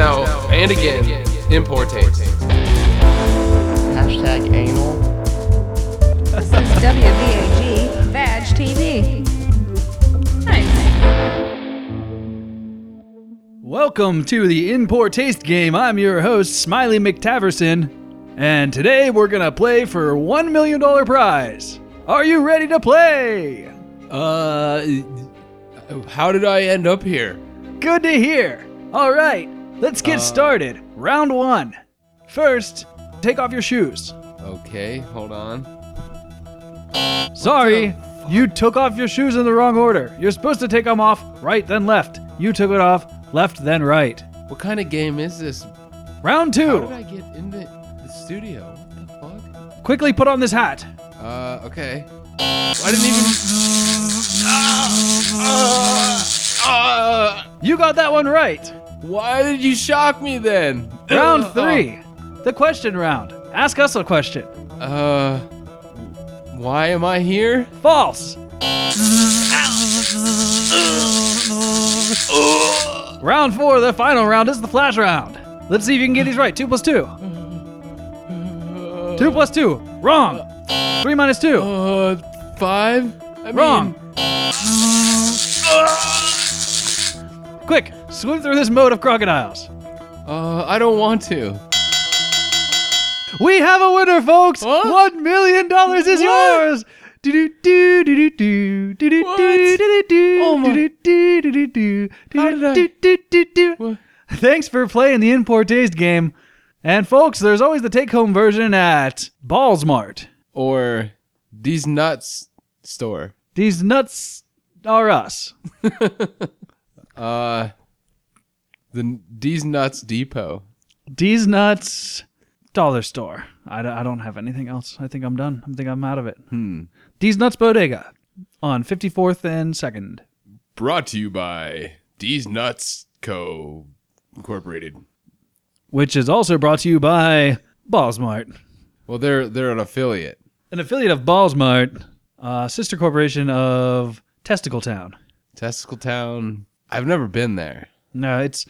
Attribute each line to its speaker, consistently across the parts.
Speaker 1: and again, Importates.
Speaker 2: Hashtag anal.
Speaker 3: This is WVAG Vag TV. Nice.
Speaker 4: Welcome to the In Poor Taste Game. I'm your host, Smiley McTaverson, and today we're gonna play for $1 million prize. Are you ready to play?
Speaker 1: Uh, how did I end up here?
Speaker 4: Good to hear. All right, let's
Speaker 1: Uh,
Speaker 4: get started. Round one. First, take off your shoes.
Speaker 1: Okay, hold on.
Speaker 4: Sorry, you took off your shoes in the wrong order. You're supposed to take them off right then left. You took it off left then right.
Speaker 1: What kind of game is this?
Speaker 4: Round
Speaker 1: How did
Speaker 4: two.
Speaker 1: I get in the, the studio? What the fuck?
Speaker 4: Quickly put on this hat.
Speaker 1: Uh, okay. I didn't even. Ah, ah,
Speaker 4: You got that one right.
Speaker 1: ah. why did you shock me then? uh-huh.
Speaker 4: Round three, the question round. Ask us a question.
Speaker 1: Uh, why am I here?
Speaker 4: False. round four, the final round is the flash round. Let's see if you can get these right. Two plus two. Two plus two. Wrong. Three minus two.
Speaker 1: Uh, five? I
Speaker 4: Wrong.
Speaker 1: mean,
Speaker 4: Quick, swim through this mode of crocodiles.
Speaker 1: uh, I don't want to.
Speaker 4: We have a winner, folks.
Speaker 1: What?
Speaker 4: One million dollars is
Speaker 1: What?
Speaker 4: yours. Do do do do do do do do
Speaker 1: What?
Speaker 4: do do do
Speaker 1: Oh my-
Speaker 4: do do do do do
Speaker 1: How
Speaker 4: do
Speaker 1: did I-
Speaker 4: do do do do.
Speaker 1: What?
Speaker 4: Thanks for playing the import taste game. And folks, there's always the take home version at Ballsmart.
Speaker 1: Or these nuts store.
Speaker 4: These nuts are us.
Speaker 1: Uh, the these nuts depot.
Speaker 4: These nuts dollar store. I, d- I don't have anything else. I think I'm done. I think I'm out of it.
Speaker 1: Hmm.
Speaker 4: These nuts bodega on 54th and 2nd.
Speaker 1: Brought to you by These Nuts Co. Incorporated.
Speaker 4: which is also brought to you by Ballsmart,
Speaker 1: Well, they're they're an affiliate.
Speaker 4: an affiliate of Ballsmart, uh, sister corporation of Testicle Town.
Speaker 1: Testicle Town. I've never been there.
Speaker 4: No, it's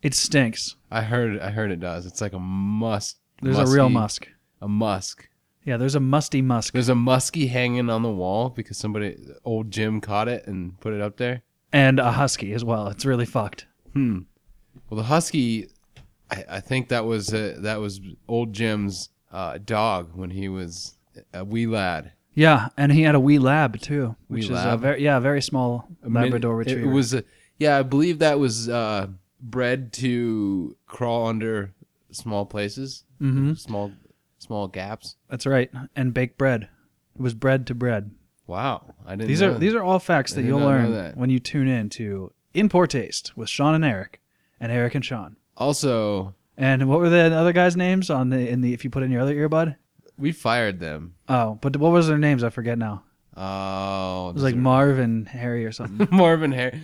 Speaker 4: it stinks.
Speaker 1: I heard I heard it does. It's like a must.
Speaker 4: There's a real
Speaker 1: musky-
Speaker 4: musk.
Speaker 1: A musk.
Speaker 4: Yeah, there's a musty musk,
Speaker 1: There's a muskie hanging on the wall because somebody old Jim caught it and put it up there.
Speaker 4: and a husky as well. It's really fucked.
Speaker 1: Well, the husky, I, I think that was uh, that was old Jim's uh, dog when he was a wee lad.
Speaker 4: Yeah, and he had a wee lab too, which is a
Speaker 1: lab?
Speaker 4: very yeah, a very small
Speaker 1: I mean,
Speaker 4: Labrador
Speaker 1: it-
Speaker 4: retriever.
Speaker 1: It was, a, yeah, I believe that was uh, bred to crawl under small places,
Speaker 4: Mhm.
Speaker 1: small small gaps.
Speaker 4: That's right, and baked bread. It was bread to bread.
Speaker 1: Wow, I didn't.
Speaker 4: These
Speaker 1: know
Speaker 4: are these are all facts that
Speaker 1: did
Speaker 4: you'll
Speaker 1: not know
Speaker 4: learn
Speaker 1: that.
Speaker 4: when you tune in to In Poor Taste with Sean and Eric, and Eric and Sean.
Speaker 1: also
Speaker 4: And what were the other guys' names on the in the if you put in your other earbud?
Speaker 1: we fired them.
Speaker 4: Oh, but what was their names? I forget now.
Speaker 1: Oh,
Speaker 4: It was like Marv and Harry or something.
Speaker 1: Marvin Harry.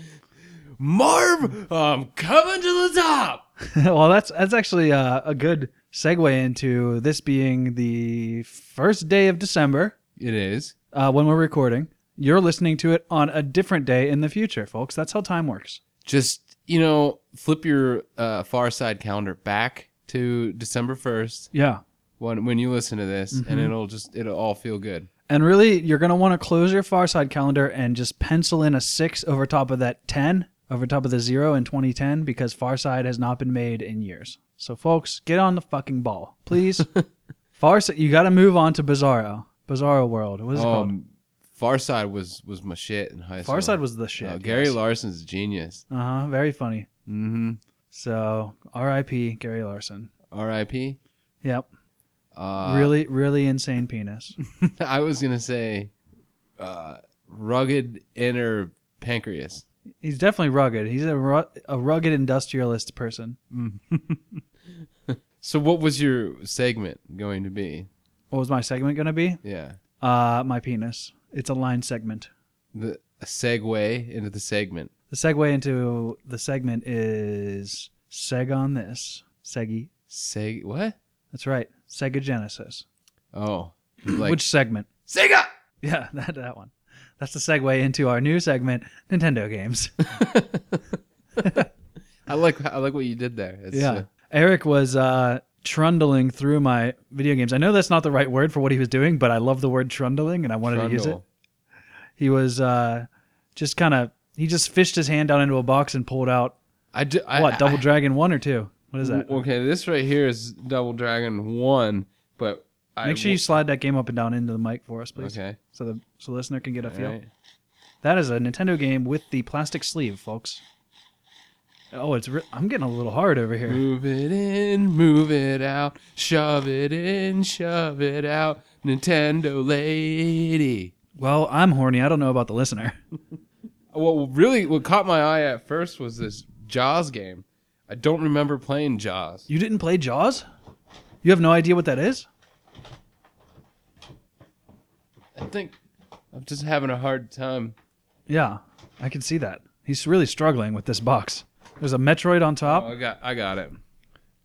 Speaker 1: Marv, I'm coming to the top.
Speaker 4: well, that's that's actually uh, a good segue into this being the first day of December
Speaker 1: It is.
Speaker 4: uh, when we're recording. You're listening to it on a different day in the future, folks. That's how time works.
Speaker 1: just you know flip your uh, far side calendar back to december 1st
Speaker 4: Yeah.
Speaker 1: when when you listen to this
Speaker 4: Mm-hmm.
Speaker 1: and it'll just it'll all feel good
Speaker 4: And really, you're going to want to close your far side calendar and just pencil in a six over top of that 10, over top of the zero in 2010, because far side has not been made in years. So, folks, get on the fucking ball, please. far side, you got to move on to Bizarro. Bizarro World. What is it called?
Speaker 1: um far side was was my shit in high school
Speaker 4: Far side was the shit.
Speaker 1: Uh, gary larson's a genius
Speaker 4: Uh huh. Very funny.
Speaker 1: mm-hmm
Speaker 4: So, R.I.P. Gary Larson.
Speaker 1: rip
Speaker 4: Yep.
Speaker 1: uh
Speaker 4: really, really insane penis.
Speaker 1: i was gonna say uh rugged inner pancreas
Speaker 4: He's definitely rugged. He's a, ru- a rugged industrialist person.
Speaker 1: so what was your segment going to be
Speaker 4: What was my segment going to be?
Speaker 1: yeah
Speaker 4: Uh, my penis. It's a line segment.
Speaker 1: the a segue into the segment
Speaker 4: The segue into the segment is seg on this segi.
Speaker 1: seg what
Speaker 4: That's right, Sega Genesis.
Speaker 1: oh like
Speaker 4: Which segment?
Speaker 1: sega
Speaker 4: Yeah, that that one. That's the segue into our new segment, Nintendo games.
Speaker 1: I like I like what you did there. It's,
Speaker 4: yeah,
Speaker 1: uh,
Speaker 4: Eric was uh, trundling through my video games. I know that's not the right word for what he was doing, but I love the word trundling and I wanted to use it.
Speaker 1: Trundle.
Speaker 4: He was uh, just kind of, he just fished his hand down into a box and pulled out,
Speaker 1: I do, I,
Speaker 4: what, Double
Speaker 1: I-
Speaker 4: Dragon 1 or 2? What is that?
Speaker 1: Okay, this right here is Double Dragon One, but I
Speaker 4: Make sure you slide that game up and down into the mic for us, please.
Speaker 1: Okay.
Speaker 4: So the so the listener can get a feel.
Speaker 1: Alright.
Speaker 4: That is a Nintendo game with the plastic sleeve, folks. Oh, it's re- I'm getting a little hard over here.
Speaker 1: Move it in, move it out, shove it in, shove it out, Nintendo lady.
Speaker 4: Well, I'm horny. I don't know about the listener.
Speaker 1: What really what caught my eye at first was this Jaws game. I don't remember playing Jaws.
Speaker 4: You didn't play Jaws? You have no idea what that is?
Speaker 1: I think I'm just having a hard time.
Speaker 4: Yeah, I can see that. He's really struggling with this box. There's a Metroid on top.
Speaker 1: Oh, I got I got it.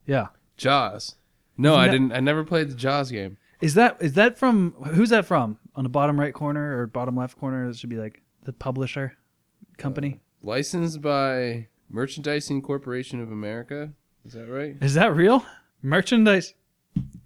Speaker 4: yeah.
Speaker 1: Jaws. No, I
Speaker 4: ne-
Speaker 1: didn't. I never played the Jaws game.
Speaker 4: Is that is that from who's that from? On the bottom right corner or bottom left corner, it should be like the publisher company.
Speaker 1: Licensed by Merchandising Corporation of America. Is that right?
Speaker 4: Is that real? Merchandise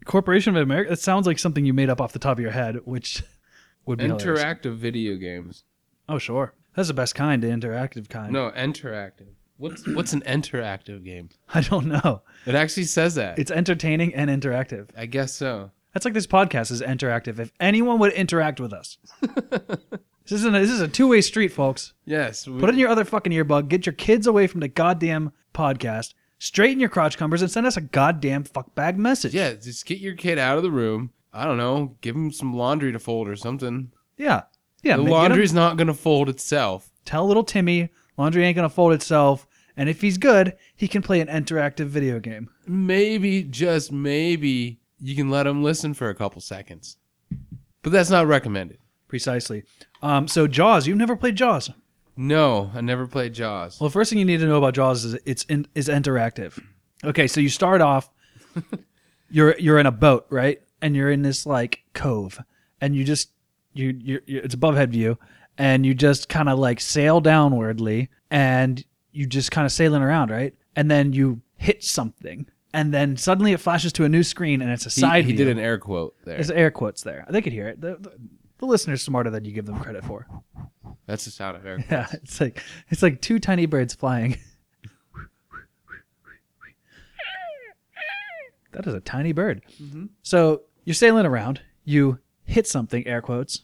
Speaker 4: Corporation of America? That sounds like something you made up off the top of your head, which would be hilarious.
Speaker 1: Interactive video games.
Speaker 4: Oh, sure. That's the best kind, the interactive kind.
Speaker 1: No, interactive. What's what's an interactive game?
Speaker 4: I don't know.
Speaker 1: It actually says that.
Speaker 4: It's entertaining and interactive.
Speaker 1: I guess so.
Speaker 4: That's like this podcast is interactive. If anyone would interact with us, this isn't. A, this is a two-way street, folks.
Speaker 1: Yes. we-
Speaker 4: Put in your other fucking earbud. Get your kids away from the goddamn podcast. Straighten your crotch cumbers and send us a goddamn fuckbag message.
Speaker 1: yeah, just get your kid out of the room. I don't know. Give him some laundry to fold or something.
Speaker 4: yeah, yeah.
Speaker 1: The
Speaker 4: man, get 'em-
Speaker 1: laundry's not gonna fold itself.
Speaker 4: Tell little Timmy laundry ain't gonna fold itself, and if he's good, he can play an interactive video game.
Speaker 1: Maybe just maybe you can let him listen for a couple seconds, but that's not recommended.
Speaker 4: Precisely. Um, so Jaws, you've never played Jaws.
Speaker 1: No, I never played Jaws.
Speaker 4: Well, the first thing you need to know about Jaws is it's in, is interactive. Okay, so you start off, you're you're in a boat, right? And you're in this like cove, and you just you you you- it's above head view, and you just kind of like sail downwardly, and you just kind of sailing around, right? And then you hit something, and then suddenly it flashes to a new screen, and it's a
Speaker 1: He,
Speaker 4: side
Speaker 1: he
Speaker 4: view.
Speaker 1: did an air quote there.
Speaker 4: There's air quotes there. They could hear it. The, the, the listener's smarter than you give them credit for.
Speaker 1: That's the sound of air. quotes.
Speaker 4: Yeah, it's like it's like two tiny birds flying. that is a tiny bird. So you're sailing around. You hit something, air quotes,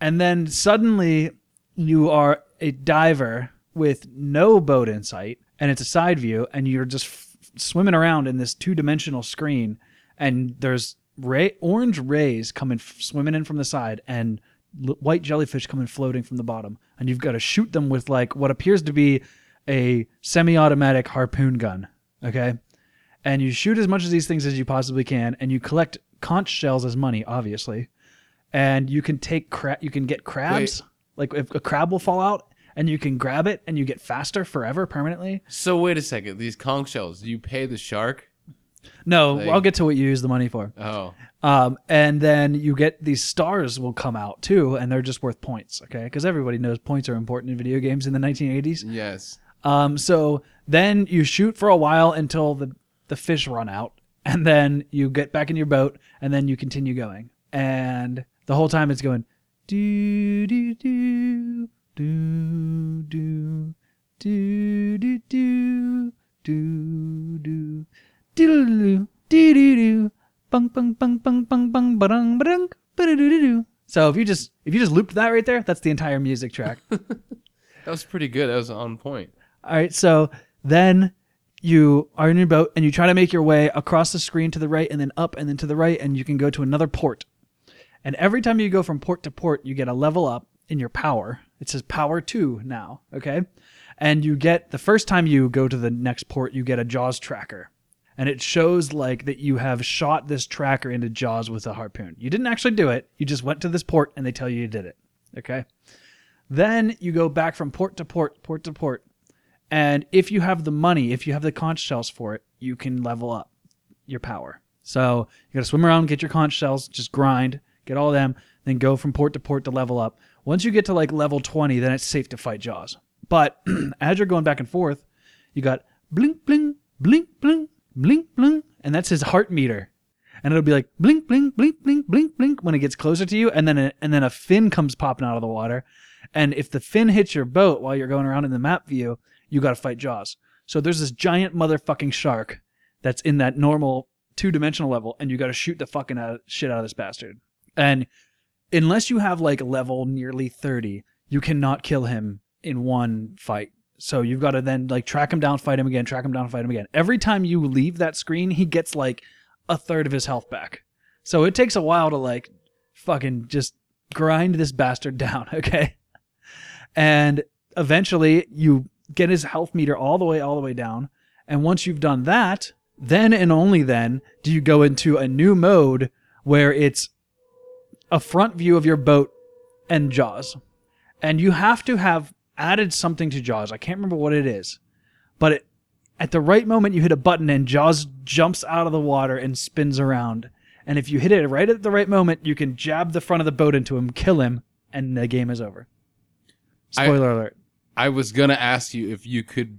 Speaker 4: and then suddenly you are a diver with no boat in sight, and it's a side view, and you're just f- swimming around in this two-dimensional screen, and there's ray orange rays coming f- swimming in from the side, and l- white jellyfish coming floating from the bottom, and you've got to shoot them with like what appears to be a semi-automatic harpoon gun. Okay, and you shoot as much of these things as you possibly can, and you collect conch shells as money, obviously. And you can take crab, you can get crabs. Like if a crab will fall out, and you can grab it, and you get faster forever, permanently.
Speaker 1: So wait a second. These conch shells. Do you pay the shark?
Speaker 4: No,
Speaker 1: Like-
Speaker 4: I'll get to what you use the money for.
Speaker 1: Oh,
Speaker 4: Um, and then you get these stars will come out too, and they're just worth points, okay? Because everybody knows points are important in video games in the 1980s.
Speaker 1: yes.
Speaker 4: Um, so then you shoot for a while until the, the fish run out, and then you get back in your boat, and then you continue going. And the whole time it's going do do do do do do do do do do do do do bung bung bung bung bung bung ba-dung ba-dung ba-da-do-do-do. So if you just if you just looped that right there, that's the entire music track.
Speaker 1: That was pretty good. That was on point.
Speaker 4: All right, so then you are in your boat and you try to make your way across the screen to the right and then up and then to the right, and you can go to another port. And every time you go from port to port, you get a level up in your power. It says power two now, okay? And you get the first time you go to the next port, you get a Jaws tracker. And it shows like that you have shot this tracker into Jaws with a harpoon. You didn't actually do it, you just went to this port and they tell you you did it, okay? Then you go back from port to port, port to port. And if you have the money, if you have the conch shells for it, you can level up your power. So you gotta swim around, get your conch shells, just grind, get all of them, then go from port to port to level up. Once you get to like level 20, then it's safe to fight Jaws. But as you're going back and forth, you got blink, bling, blink, bling, blink, bling, and that's his heart meter. And it'll be like blink, blink, blink, blink, blink, blink when it gets closer to you, and then a, and then a fin comes popping out of the water, and if the fin hits your boat while you're going around in the map view, you got to fight Jaws. So there's this giant motherfucking shark that's in that normal two dimensional level, and you got to shoot the fucking out, shit out of this bastard. And unless you have like level nearly 30, you cannot kill him in one fight. So you've got to then like track him down, fight him again, track him down, fight him again. Every time you leave that screen, he gets like a third of his health back. So it takes a while to like fucking just grind this bastard down, okay? And eventually you get his health meter all the way all the way down, and once you've done that, then and only then do you go into a new mode where it's a front view of your boat and Jaws. And you have to have added something to Jaws. I can't remember what it is, but it, at the right moment, you hit a button and Jaws jumps out of the water and spins around. And if you hit it right at the right moment, you can jab the front of the boat into him, kill him, and the game is over.
Speaker 1: I-
Speaker 4: Spoiler alert.
Speaker 1: I was gonna ask you if you could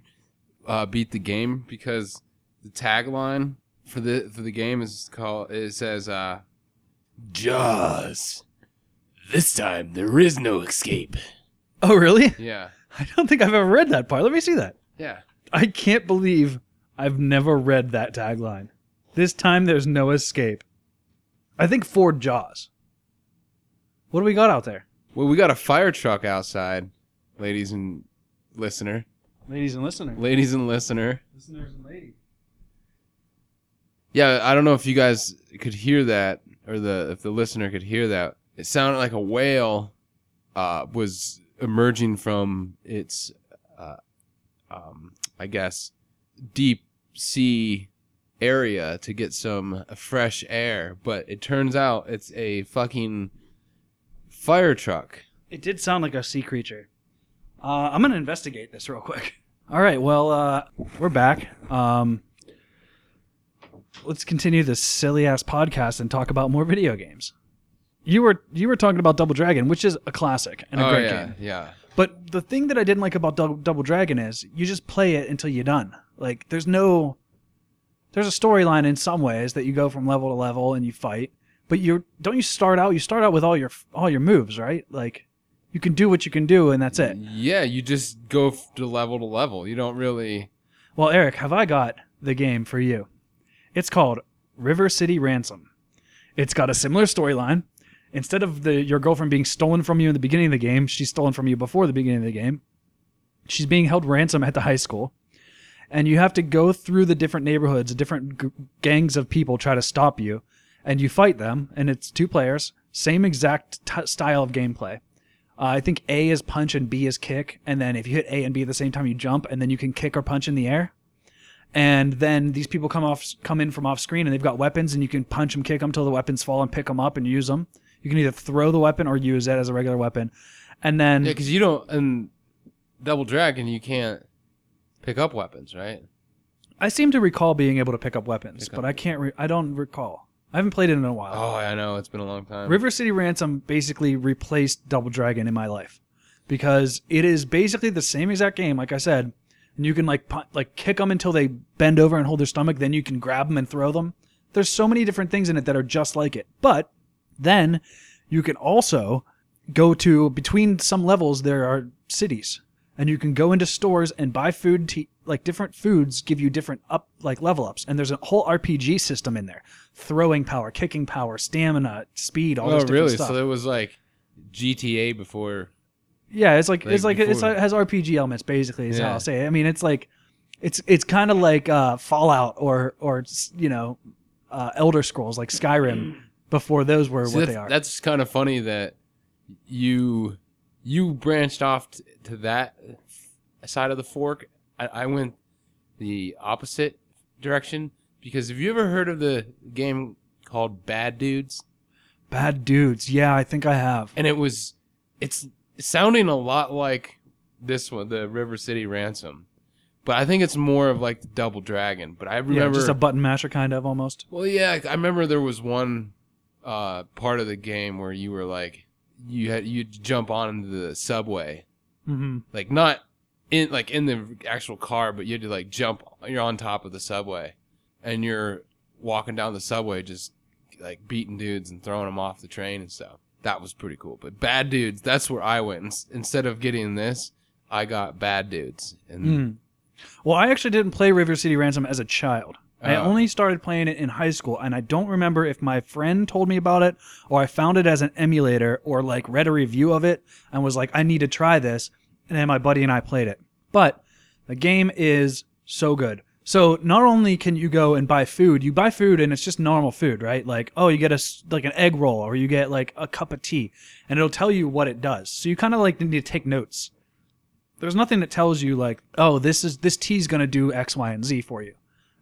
Speaker 1: uh, beat the game because the tagline for the for the game is called it says uh, Jaws. This time there is no escape.
Speaker 4: Oh, really?
Speaker 1: Yeah,
Speaker 4: I don't think I've ever read that part. Let me see that.
Speaker 1: yeah.
Speaker 4: I can't believe I've never read that tagline. This time there's no escape. I think Ford Jaws. What do we got out there?
Speaker 1: Well, we got a fire truck outside, ladies and listener,
Speaker 4: Ladies and listeners.
Speaker 1: ladies and listener.
Speaker 4: listeners and ladies.
Speaker 1: Yeah, I don't know if you guys could hear that or the if the listener could hear that. It sounded like a whale uh, was emerging from its, uh, um, I guess, deep sea area to get some fresh air. But it turns out it's a fucking fire truck.
Speaker 4: It did sound like a sea creature. Uh, I'm gonna investigate this real quick. All right, well, uh, we're back. Um, let's continue this silly ass podcast and talk about more video games. You were you were talking about Double Dragon, which is a classic and a
Speaker 1: oh
Speaker 4: great
Speaker 1: yeah,
Speaker 4: game.
Speaker 1: yeah.
Speaker 4: But the thing that I didn't like about Dou- Double Dragon is you just play it until you're done. Like there's no there's a storyline in some ways that you go from level to level and you fight, but you don't you start out you start out with all your all your moves, right? Like you can do what you can do and that's it.
Speaker 1: Yeah, you just go f- to level to level. You don't really.
Speaker 4: Well, Eric, have I got the game for you? It's called River City Ransom. It's got a similar storyline. Instead of the your girlfriend being stolen from you in the beginning of the game, she's stolen from you before the beginning of the game. She's being held ransom at the high school. And you have to go through the different neighborhoods, different g- gangs of people try to stop you, and you fight them. And it's two players, same exact t- style of gameplay. Uh, I think A is punch and B is kick, and then if you hit A and B at the same time, you jump, and then you can kick or punch in the air. And then these people come off, come in from off screen, and they've got weapons, and you can punch them, kick them till the weapons fall, and pick them up and use them. You can either throw the weapon or use it as a regular weapon. And then
Speaker 1: Yeah, because you don't in Double Dragon you can't pick up weapons, right?
Speaker 4: I seem to recall being able to pick up weapons,
Speaker 1: Pick up-
Speaker 4: but I can't. Re- I don't recall. I haven't played it in a while.
Speaker 1: Oh, I know it's been a long time.
Speaker 4: River City Ransom basically replaced Double Dragon in my life because it is basically the same exact game, like I said. And you can like pu- like kick them until they bend over and hold their stomach. Then you can grab them and throw them. There's so many different things in it that are just like it. But then you can also go to between some levels there are cities and you can go into stores and buy food to like different foods give you different up like level ups and there's a whole rpg system in there throwing power kicking power stamina speed all
Speaker 1: oh,
Speaker 4: this different
Speaker 1: really?
Speaker 4: stuff
Speaker 1: So it was like GTA before.
Speaker 4: yeah it's like
Speaker 1: Like
Speaker 4: it's like it's,
Speaker 1: before.
Speaker 4: it has rpg elements basically is how
Speaker 1: Yeah.
Speaker 4: i'll say it i mean it's like it's it's kind of like uh fallout or or you know uh elder scrolls like skyrim before those were
Speaker 1: See,
Speaker 4: what
Speaker 1: that's,
Speaker 4: they are
Speaker 1: That's kind of funny that you you branched off t- to that side of the fork. I, I went the opposite direction because have you ever heard of the game called Bad Dudes?
Speaker 4: bad dudes yeah i think i have
Speaker 1: and it was it's sounding a lot like this one the river city ransom but i think it's more of like the double dragon but i remember
Speaker 4: yeah, just a button masher kind of almost
Speaker 1: well yeah i remember there was one uh part of the game where you were like you had you jump onto the subway
Speaker 4: hmm
Speaker 1: like not in like in the actual car, but you had to like jump. You're on top of the subway, and you're walking down the subway, just like beating dudes and throwing them off the train and stuff. That was pretty cool. But bad dudes, that's where I went. Ins- Instead of getting this, I got bad dudes, and
Speaker 4: Mm. Well, I actually didn't play River City Ransom as a child. I
Speaker 1: Oh.
Speaker 4: only started playing it in high school, and I don't remember if my friend told me about it or I found it as an emulator or like read a review of it and was like, I need to try this. And then my buddy and I played it. But the game is so good. So not only can you go and buy food, you buy food and it's just normal food, right? Like, oh, you get a s- like an egg roll or you get like a cup of tea, and it'll tell you what it does. So you kind of like need to take notes there's nothing that tells you like oh this is this tea's going to do x y and z for you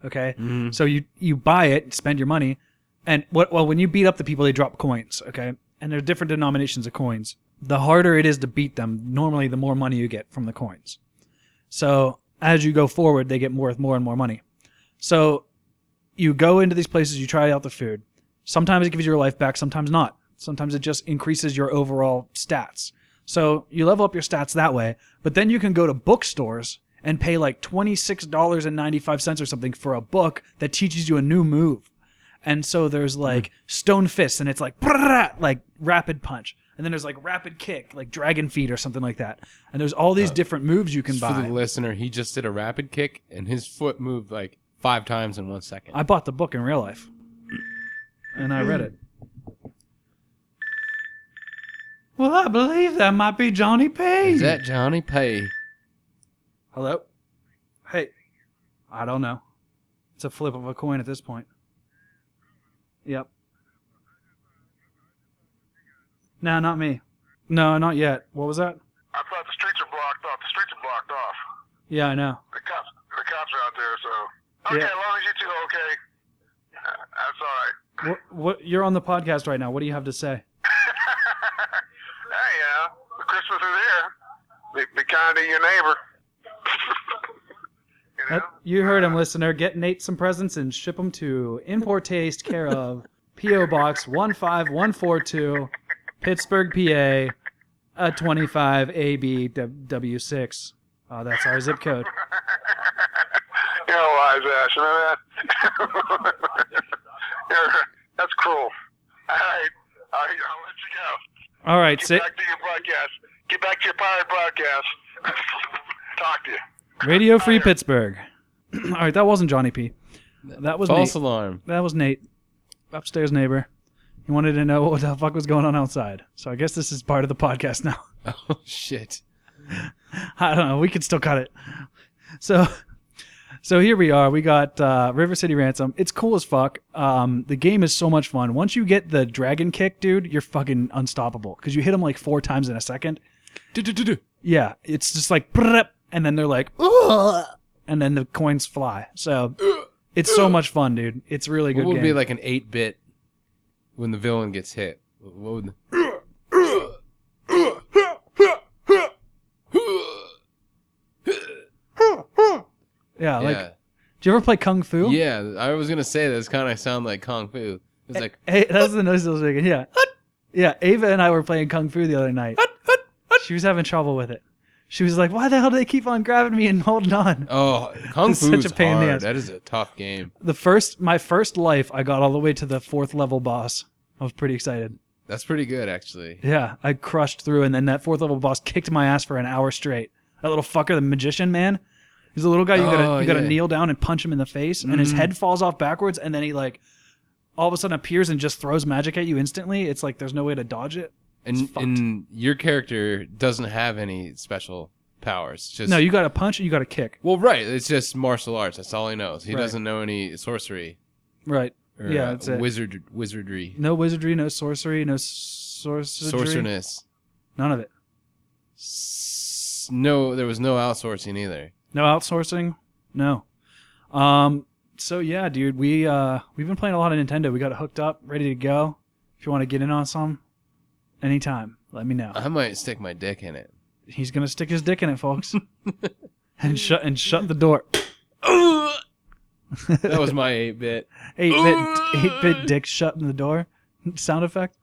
Speaker 4: okay so you you buy it spend your money and what well when you beat up the people they drop coins okay and there are different denominations of coins the harder it is to beat them normally the more money you get from the coins so as you go forward they get more more and more money so you go into these places you try out the food sometimes it gives you your life back sometimes not sometimes it just increases your overall stats so you level up your stats that way, but then you can go to bookstores and pay like $26.95 or something for a book that teaches you a new move. And so there's
Speaker 1: Hmm.
Speaker 4: like stone fist and it's like brrrr, like rapid punch. And then there's like rapid kick, like dragon feet or something like that. And there's all these different moves you can
Speaker 1: Oh. for the
Speaker 4: buy.
Speaker 1: listener, he just did a rapid kick, and his foot moved like five times in one second.
Speaker 4: I bought the book in real life. And I read it. Well, I believe that might be Johnny Page.
Speaker 1: Is that Johnny Pay?
Speaker 4: Hello? Hey. I don't know. It's a flip of a coin at this point. Yep. No, not me. No, not yet. What was that?
Speaker 2: I thought the streets are blocked off. The streets are blocked off.
Speaker 4: Yeah, I know.
Speaker 2: The cops, the cops are out there. So okay,
Speaker 4: Yeah.
Speaker 2: as long as you two are okay, uh, that's all right.
Speaker 4: What, what you're on the podcast right now. What do you have to say?
Speaker 2: hey, yeah, Christmas is here. Be, be kind to your neighbor. you
Speaker 4: Uh,
Speaker 2: know?
Speaker 4: You heard him, listener. Get Nate some presents and ship them to Import Taste, care of P.O. Box 15142, Pittsburgh, PA, uh, 25ABW6. Uh, that's our zip code.
Speaker 2: You're a wise ass, you know that? You're- that's cruel. All right, all right, I'll let you go.
Speaker 4: All right,
Speaker 2: Get
Speaker 4: say,
Speaker 2: back to your podcast. Get back to your pirate podcast. Talk to you.
Speaker 4: Radio Free Pittsburgh. All right, that wasn't Johnny P. That was
Speaker 1: False
Speaker 4: Nate.
Speaker 1: alarm.
Speaker 4: That was Nate, upstairs neighbor. He wanted to know what the fuck was going on outside. So I guess this is part of the podcast now.
Speaker 1: Oh shit.
Speaker 4: I don't know. We could still cut it. So, so here we are. We got uh, River City Ransom. It's cool as fuck. Um, the game is so much fun. Once you get the dragon kick, dude, you're fucking unstoppable because you hit him like four times in a second.
Speaker 1: Du-du-du-du.
Speaker 4: Yeah, it's just like brrrp, and then they're like, Ugh! and then the coins fly. So it's so much fun, dude. It's really good.
Speaker 1: What would
Speaker 4: game.
Speaker 1: be like an eight bit when the villain gets hit? What would?
Speaker 4: yeah, like
Speaker 1: yeah.
Speaker 4: do you ever play kung fu?
Speaker 1: yeah, I was gonna say that's kind of sound like kung fu. It's like
Speaker 4: Hey, that's the noise I was making. Yeah. Yeah. Ava and I were playing Kung Fu the other night. She was having trouble with it. She was like, why the hell do they keep on grabbing me and holding on?
Speaker 1: oh, kung
Speaker 4: It's such
Speaker 1: fu's
Speaker 4: a pain in the
Speaker 1: hard.
Speaker 4: ass.
Speaker 1: That is a tough game.
Speaker 4: The first, my first life, I got all the way to the fourth level boss. I was pretty excited.
Speaker 1: That's pretty good actually.
Speaker 4: Yeah. I crushed through, and then that fourth level boss kicked my ass for an hour straight. That little fucker, the magician man. He's a little guy. You gotta,
Speaker 1: Oh,
Speaker 4: you gotta
Speaker 1: yeah. Mm-hmm.
Speaker 4: kneel down and punch him in the face, and his head falls off backwards, and then he like, all of a sudden appears and just throws magic at you instantly. It's like there's no way to dodge it.
Speaker 1: And
Speaker 4: fucked.
Speaker 1: and your character doesn't have any special powers. Just
Speaker 4: No, you got to punch and you got to kick.
Speaker 1: Well, right. It's just martial arts. That's all he knows. He
Speaker 4: Right.
Speaker 1: doesn't know any sorcery.
Speaker 4: Right.
Speaker 1: Or,
Speaker 4: yeah,
Speaker 1: uh,
Speaker 4: that's it.
Speaker 1: Wizard, wizardry,
Speaker 4: no wizardry, no sorcery, no sorcery.
Speaker 1: sorcerness.
Speaker 4: None of it.
Speaker 1: S- No, there was no outsourcing either.
Speaker 4: No outsourcing. No. Um. So yeah, dude, we uh we've been playing a lot of Nintendo. We got it hooked up, ready to go. If you want to get in on some, anytime, let me know.
Speaker 1: I might stick my dick in it.
Speaker 4: He's gonna stick his dick in it, folks, and shut and shut the door.
Speaker 1: That was my eight bit.
Speaker 4: Eight bit eight bit dick shutting the door. Sound effect.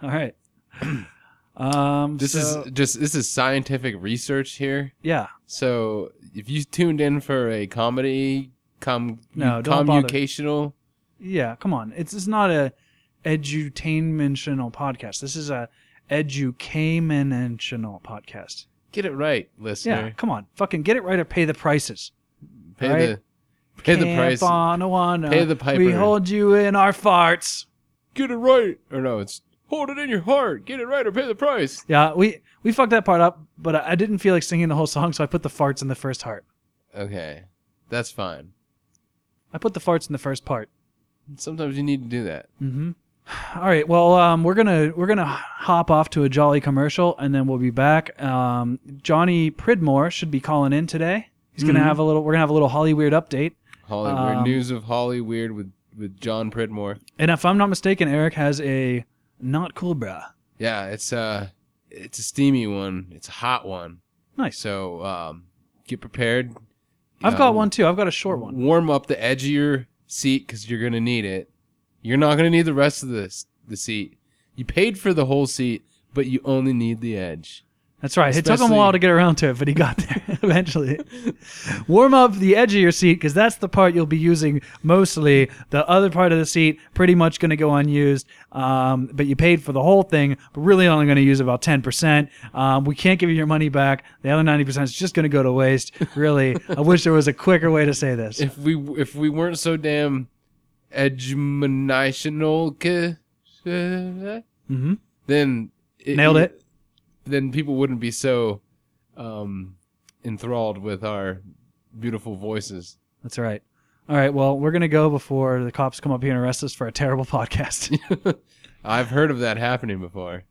Speaker 4: Um,
Speaker 1: This
Speaker 4: so-
Speaker 1: is just this is scientific research here.
Speaker 4: yeah.
Speaker 1: So if you tuned in for a comedy, com
Speaker 4: No, don't bother.
Speaker 1: communicational,
Speaker 4: Yeah, come on. It's it's not a edutainmentional podcast. This is a educainmentional podcast.
Speaker 1: get it right,
Speaker 4: Yeah,
Speaker 1: listener.
Speaker 4: come on. Fucking get it right or pay the prices.
Speaker 1: Pay
Speaker 4: right?
Speaker 1: the pay the
Speaker 4: Camp
Speaker 1: price.
Speaker 4: on a wanna.
Speaker 1: Pay the piper.
Speaker 4: We hold you in our farts.
Speaker 1: Get it right, or no, it's hold it in your heart. Get it right or pay the price.
Speaker 4: Yeah, we we fucked that part up, but I, I didn't feel like singing the whole song, so I put the farts in the first heart.
Speaker 1: Okay, that's fine.
Speaker 4: I put the farts in the first part.
Speaker 1: Sometimes you need to do that.
Speaker 4: Mm-hmm. All right. Well, um, we're gonna we're gonna hop off to a jolly commercial, and then we'll be back. Um, Johnny Pridmore should be calling in today. He's gonna have a little. We're gonna have a little Holly Weird update.
Speaker 1: Holly Weird
Speaker 4: Um,
Speaker 1: news of Holly Weird with with John Pridmore.
Speaker 4: And if I'm not mistaken, Eric has a not cool bra.
Speaker 1: Yeah, it's uh it's a steamy one. It's a hot one.
Speaker 4: Nice.
Speaker 1: So um, get prepared.
Speaker 4: I've
Speaker 1: Uh,
Speaker 4: got one too. I've got a short one.
Speaker 1: Warm up the edge of your seat because you're gonna need it. You're not gonna need the rest of the s- the seat. You paid for the whole seat, but you only need the edge.
Speaker 4: That's right. It took him a
Speaker 1: Especially-
Speaker 4: while to get around to it, but he got there eventually. Warm up the edge of your seat because that's the part you'll be using mostly. The other part of the seat pretty much going to go unused. Um, but you paid for the whole thing, but really only going to use about 10%. Um, we can't give you your money back. The other 90% is just going to go to waste. Really, I wish there was a quicker way to say this.
Speaker 1: If we if we weren't so damn edgemanitional,
Speaker 4: Mhm.
Speaker 1: then it,
Speaker 4: Nailed it.
Speaker 1: Then people wouldn't be so um, enthralled with our beautiful voices.
Speaker 4: That's right. All right. Well, we're going to go before the cops come up here and arrest us for a terrible podcast.
Speaker 1: I've heard of that happening before.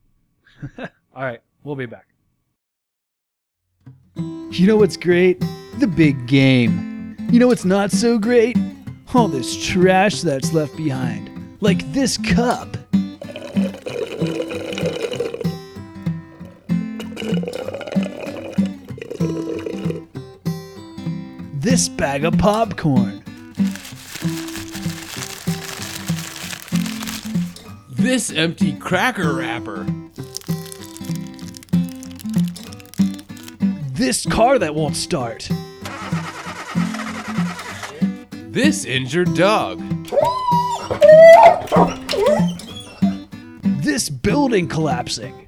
Speaker 4: All right. We'll be back. You know what's great? The big game. You know what's not so great? All this trash that's left behind, like this cup. This bag of popcorn.
Speaker 1: This empty cracker wrapper.
Speaker 4: This car that won't start.
Speaker 1: This injured dog.
Speaker 4: This building collapsing.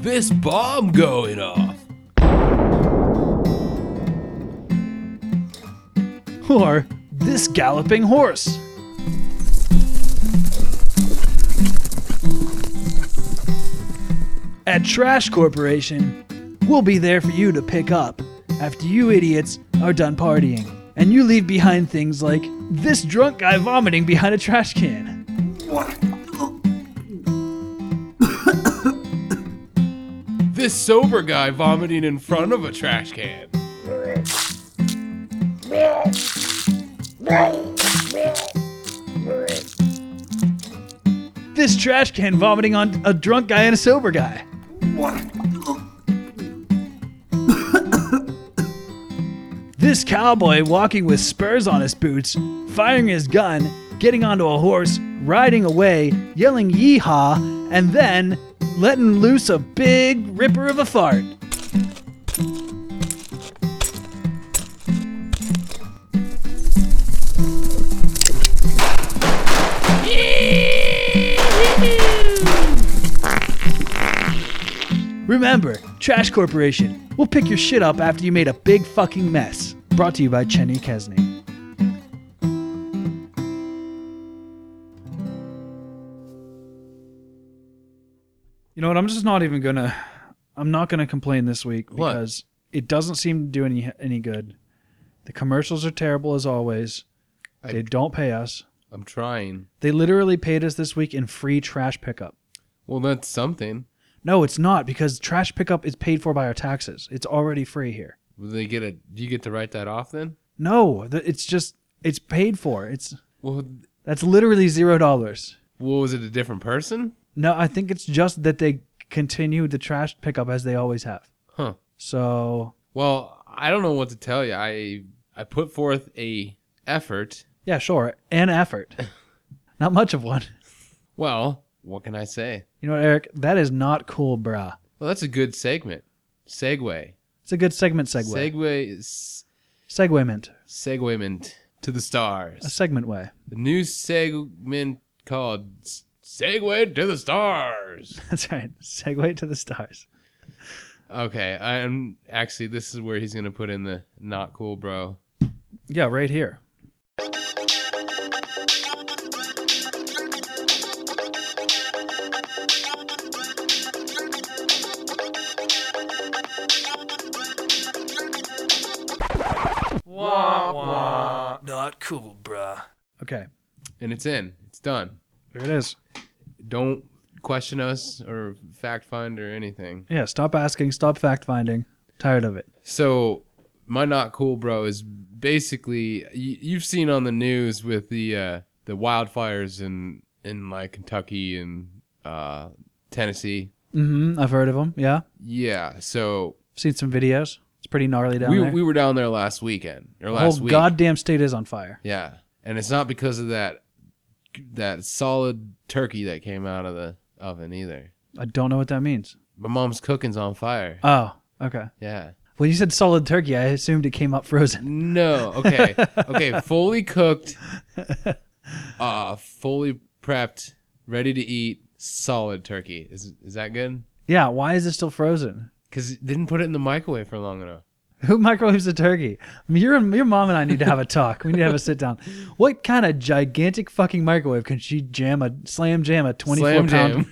Speaker 1: This bomb going off.
Speaker 4: Or this galloping horse. At Trash Corporation, we'll be there for you to pick up after you idiots are done partying and you leave behind things like this drunk guy vomiting behind a trash can.
Speaker 1: This sober guy vomiting in front of a trash can.
Speaker 4: This trash can vomiting on a drunk guy and a sober guy. This cowboy walking with spurs on his boots, firing his gun, getting onto a horse, riding away, yelling yeehaw, and then letting loose a big ripper of a fart. Remember, Trash Corporation. We'll pick your shit up after you made a big fucking mess. Brought to you by Chenny Kesney. You know what? I'm just not even gonna. I'm not gonna complain this week
Speaker 1: What?
Speaker 4: because it doesn't seem to do any any good. The commercials are terrible as always.
Speaker 1: I-
Speaker 4: they don't pay us.
Speaker 1: I'm trying.
Speaker 4: They literally paid us this week in free trash pickup.
Speaker 1: Well, that's something.
Speaker 4: No, it's not because trash pickup is paid for by our taxes. It's already free here.
Speaker 1: Will they get a? Do you get to write that off then?
Speaker 4: No, th- it's just it's paid for. It's
Speaker 1: Well,
Speaker 4: that's literally zero dollars.
Speaker 1: well, was it a different person?
Speaker 4: No, I think it's just that they continue the trash pickup as they always have.
Speaker 1: Huh.
Speaker 4: So
Speaker 1: Well, I don't know what to tell you. I I put forth a effort
Speaker 4: Yeah, sure. And effort. Not much of one.
Speaker 1: Well, what can I say?
Speaker 4: You know what, Eric? That is not cool, brah.
Speaker 1: Well, that's a good segment. Segue.
Speaker 4: It's a good segment segue.
Speaker 1: Segue. is-
Speaker 4: Segwayment.
Speaker 1: Segwayment to the
Speaker 4: A
Speaker 1: stars.
Speaker 4: segment way.
Speaker 1: The new segment called S- Segway to the Stars.
Speaker 4: That's right. Segway to the stars.
Speaker 1: Okay, I'm actually this is where he's gonna put in the not cool, bro.
Speaker 4: Yeah, right here.
Speaker 5: Not cool, bruh.
Speaker 4: Okay.
Speaker 1: And it's in. It's done.
Speaker 4: There it is.
Speaker 1: Don't question us or fact find or anything.
Speaker 4: Yeah, stop asking, stop fact finding. Tired of it.
Speaker 1: So my not cool, bro, is basically you, you've seen on the news with the uh, the wildfires in in like Kentucky and uh, Tennessee.
Speaker 4: Mm-hmm. I've heard of them. Yeah.
Speaker 1: Yeah, so
Speaker 4: Seen some videos. It's pretty gnarly down
Speaker 1: we,
Speaker 4: there. Oh,
Speaker 1: we were down there last weekend or
Speaker 4: the
Speaker 1: last
Speaker 4: whole
Speaker 1: week.
Speaker 4: goddamn state is on fire.
Speaker 1: Yeah, and it's not because of that that solid turkey that came out of the oven either.
Speaker 4: I don't know what that means.
Speaker 1: My mom's cooking's on fire.
Speaker 4: Oh, okay.
Speaker 1: Yeah.
Speaker 4: Well, you said solid turkey. I assumed it came up frozen.
Speaker 1: No. Okay. Okay. fully cooked. Uh, fully prepped, ready to eat, solid turkey. Is is that good?
Speaker 4: Yeah, why is it still frozen?
Speaker 1: Cause it didn't put it in the microwave for long enough.
Speaker 4: Who microwaves a turkey? I mean, your your mom and I need to have a talk. We need to have a sit down. What kind of gigantic fucking microwave can she jam a slam jam a twenty four
Speaker 1: Slam
Speaker 4: pound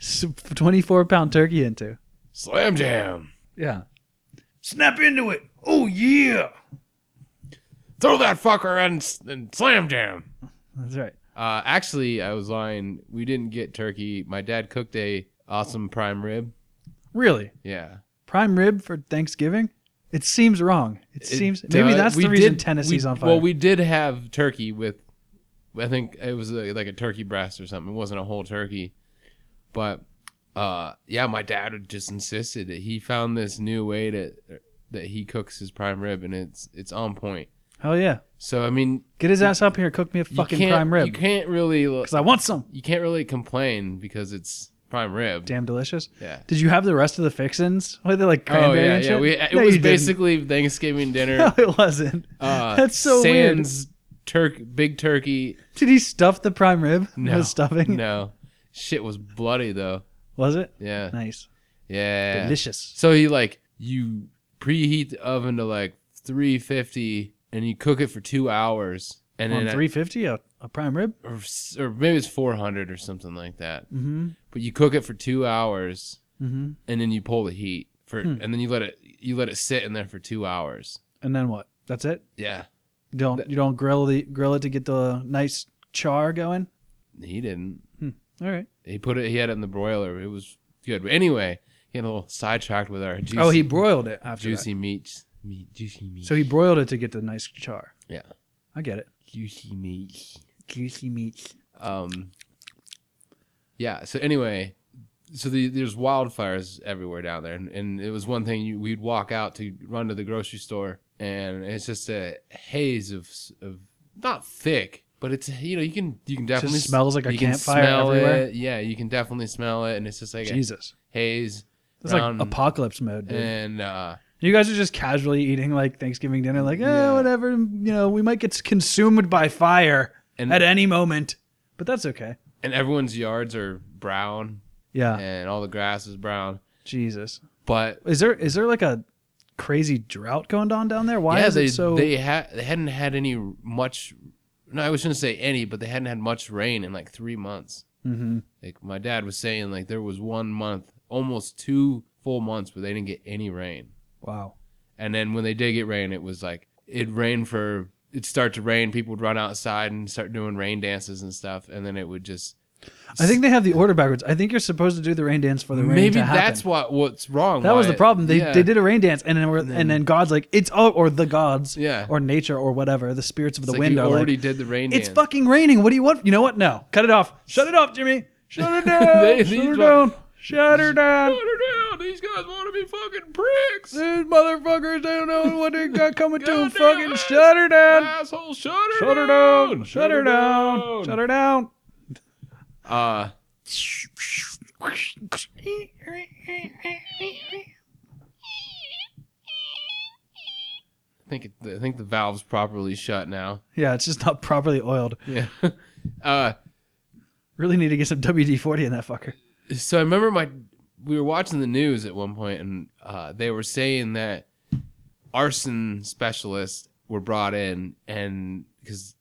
Speaker 1: jam.
Speaker 4: twenty four pound turkey into?
Speaker 1: Slam jam.
Speaker 4: Yeah,
Speaker 5: Snap into it. Oh yeah.
Speaker 1: Throw that fucker and s- and slam jam.
Speaker 4: that's right.
Speaker 1: Uh, actually, I was lying. We didn't get turkey. My dad cooked a awesome prime rib.
Speaker 4: Really,
Speaker 1: Yeah.
Speaker 4: prime rib for Thanksgiving? It seems wrong. It, seems maybe
Speaker 1: does-
Speaker 4: that's
Speaker 1: uh, we
Speaker 4: the reason
Speaker 1: did-
Speaker 4: Tennessee's
Speaker 1: we-
Speaker 4: on fire.
Speaker 1: Well, we did have turkey with, I think it was a, like a turkey breast or something. It wasn't a whole turkey, but uh, yeah, my dad would just insisted that he found this new way to that he cooks his prime rib, and it's it's on point.
Speaker 4: Hell yeah,
Speaker 1: So I mean,
Speaker 4: get his ass up here. Cook me a
Speaker 1: you
Speaker 4: fucking
Speaker 1: can't-
Speaker 4: prime
Speaker 1: You
Speaker 4: rib
Speaker 1: can't really
Speaker 4: because I want some.
Speaker 1: you can't really complain because it's prime rib.
Speaker 4: Damn delicious.
Speaker 1: Yeah.
Speaker 4: Did you have the rest of the fixins? Were they like
Speaker 1: Oh
Speaker 4: cranberry
Speaker 1: yeah,
Speaker 4: and
Speaker 1: yeah.
Speaker 4: shit?
Speaker 1: We, it
Speaker 4: No,
Speaker 1: was
Speaker 4: you didn't.
Speaker 1: basically Thanksgiving dinner.
Speaker 4: No, it wasn't.
Speaker 1: Uh,
Speaker 4: That's so weird.
Speaker 1: Sans Turk, big turkey.
Speaker 4: Did he stuff the prime rib?
Speaker 1: No
Speaker 4: With stuffing?
Speaker 1: No, shit was bloody though.
Speaker 4: Was it?
Speaker 1: Yeah,
Speaker 4: Nice.
Speaker 1: yeah.
Speaker 4: Delicious.
Speaker 1: So you like you preheat the oven to like 350, and you cook it for two hours, and
Speaker 4: On
Speaker 1: then uh, at-
Speaker 4: 350, a, a prime rib?
Speaker 1: or, s- or maybe it's 400 or something like that.
Speaker 4: Mm-hmm.
Speaker 1: But you cook it for two hours,
Speaker 4: Mm-hmm.
Speaker 1: and then you pull the heat for,
Speaker 4: Hmm.
Speaker 1: and then you let it you let it sit in there for two hours.
Speaker 4: And then what? That's it?
Speaker 1: Yeah,
Speaker 4: You don't you don't grill the grill it to get the nice char going?
Speaker 1: he didn't.
Speaker 4: All right.
Speaker 1: He put it. He had it in the broiler. It was good. But anyway, he had a little sidetracked with our juicy,
Speaker 4: Oh, he broiled it after
Speaker 1: juicy meats. Meat, juicy meat.
Speaker 4: that. So he broiled it to get the nice char.
Speaker 1: yeah,
Speaker 4: I get it.
Speaker 1: juicy meats.
Speaker 4: Juicy meat.
Speaker 1: Um, yeah. So anyway, so the, there's wildfires everywhere down there, and, and it was one thing you, we'd walk out to run to the grocery store, and it's just a haze of s- of not thick, but it's you know you can you can definitely s-
Speaker 4: smells like a
Speaker 1: you can
Speaker 4: campfire
Speaker 1: smell
Speaker 4: everywhere.
Speaker 1: It. Yeah, you can definitely smell it, and it's just like a
Speaker 4: Jesus.
Speaker 1: haze.
Speaker 4: It's like
Speaker 1: round-
Speaker 4: apocalypse mode, dude.
Speaker 1: and uh,
Speaker 4: You guys are just casually eating like Thanksgiving dinner, like, eh,
Speaker 1: Yeah.
Speaker 4: whatever. You know, we might get consumed by fire
Speaker 1: And-
Speaker 4: at any moment, but that's okay.
Speaker 1: and everyone's yards are brown,
Speaker 4: Yeah.
Speaker 1: and all the grass is brown.
Speaker 4: Jesus.
Speaker 1: But
Speaker 4: Is there is there like a crazy drought going on down there? Why
Speaker 1: yeah,
Speaker 4: is
Speaker 1: they
Speaker 4: it so?
Speaker 1: they had they hadn't had any much. No, I shouldn't say any, but they hadn't had much rain in like three months.
Speaker 4: Mhm.
Speaker 1: Like my dad was saying, like there was one month, almost two full months, where they didn't get any rain.
Speaker 4: Wow.
Speaker 1: And then when they did get rain, it was like it rained for it'd start to rain. People would run outside and start doing rain dances and stuff, and then it would just
Speaker 4: I think they have the order backwards. I think you're supposed to do the rain dance for the rain
Speaker 1: maybe
Speaker 4: to happen.
Speaker 1: that's what what's wrong.
Speaker 4: that
Speaker 1: why
Speaker 4: was the
Speaker 1: it-
Speaker 4: problem. They,
Speaker 1: yeah.
Speaker 4: they did a rain dance, and then, we're, and then God's like, it's oh, or the gods,
Speaker 1: Yeah.
Speaker 4: or nature, or whatever, the spirits of the
Speaker 1: It's like
Speaker 4: wind
Speaker 1: you
Speaker 4: are
Speaker 1: already
Speaker 4: like,
Speaker 1: did the rain
Speaker 4: it's
Speaker 1: dance.
Speaker 4: fucking raining. What do you want? You know what? No, cut it off. Shut it off, Jimmy. Shut it down.
Speaker 1: They-
Speaker 4: Shut
Speaker 1: these
Speaker 4: her
Speaker 1: fuck-
Speaker 4: down. Shut her down.
Speaker 1: damn, these guys want to be fucking pricks.
Speaker 4: These motherfuckers don't know what they got coming to 'em.
Speaker 1: Goddamn
Speaker 4: Fucking
Speaker 1: it.
Speaker 4: shut her down.
Speaker 1: Asshole, shut her
Speaker 4: Shut her down. Shut her down. Shut her down.
Speaker 1: Uh, I think it, I think the valve's properly shut now.
Speaker 4: Yeah, it's just not properly oiled.
Speaker 1: Yeah. uh,
Speaker 4: Really need to get some WD 40 in that fucker.
Speaker 1: so I remember my we were watching the news at one point, and uh, they were saying that arson specialists were brought in, and because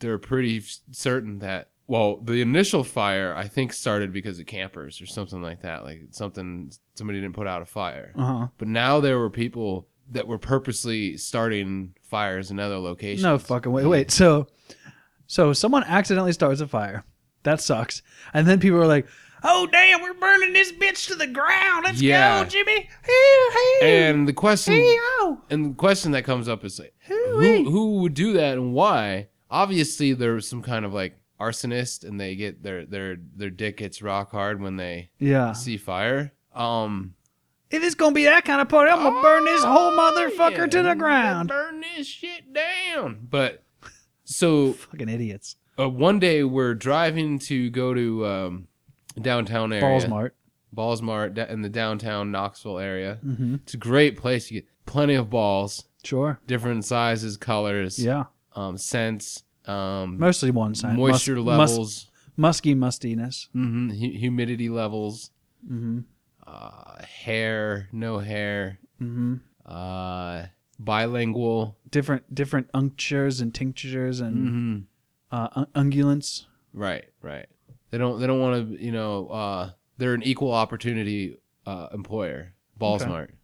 Speaker 1: they're pretty f- certain that well, the initial fire I think started because of campers or something like that, like something somebody didn't put out a fire,
Speaker 4: Uh huh.
Speaker 1: but now there were people that were purposely starting fires in other locations.
Speaker 4: No fucking way. Wait, so so someone accidentally starts a fire. That sucks. And then people are like, "Oh damn, we're burning this bitch to the ground. Let's
Speaker 1: Yeah.
Speaker 4: go, Jimmy." Hoo, hoo.
Speaker 1: And the question
Speaker 4: Hee, oh.
Speaker 1: And the question that comes up is like, who, who would do that and why? Obviously, there's some kind of like arsonist, and they get their their their dick gets rock hard when they
Speaker 4: Yeah.
Speaker 1: see fire. Um,
Speaker 4: If it's gonna be that kind of party, I'm gonna burn this whole motherfucker
Speaker 1: yeah,
Speaker 4: to the ground.
Speaker 1: Burn this shit down. But so
Speaker 4: Fucking idiots.
Speaker 1: uh, one day we're driving to go to um, downtown area,
Speaker 4: Balls mart.
Speaker 1: Ballsmart da- in the downtown Knoxville area.
Speaker 4: Mm-hmm.
Speaker 1: It's a great place. You get plenty of balls,
Speaker 4: Sure.
Speaker 1: different sizes, colors.
Speaker 4: Yeah.
Speaker 1: um, scents, um,
Speaker 4: Mostly one side.
Speaker 1: moisture
Speaker 4: Mus- mus-
Speaker 1: levels,
Speaker 4: musky mustiness.
Speaker 1: hmm humidity levels,
Speaker 4: Mm-hmm.
Speaker 1: uh, hair, no hair,
Speaker 4: Mm-hmm.
Speaker 1: uh, bilingual,
Speaker 4: Different different unctures and tinctures and
Speaker 1: hmm
Speaker 4: uh, un- ungulants.
Speaker 1: right, right. They don't they don't want to you know uh, they're an equal opportunity uh, employer, ball
Speaker 4: Okay.
Speaker 1: smart.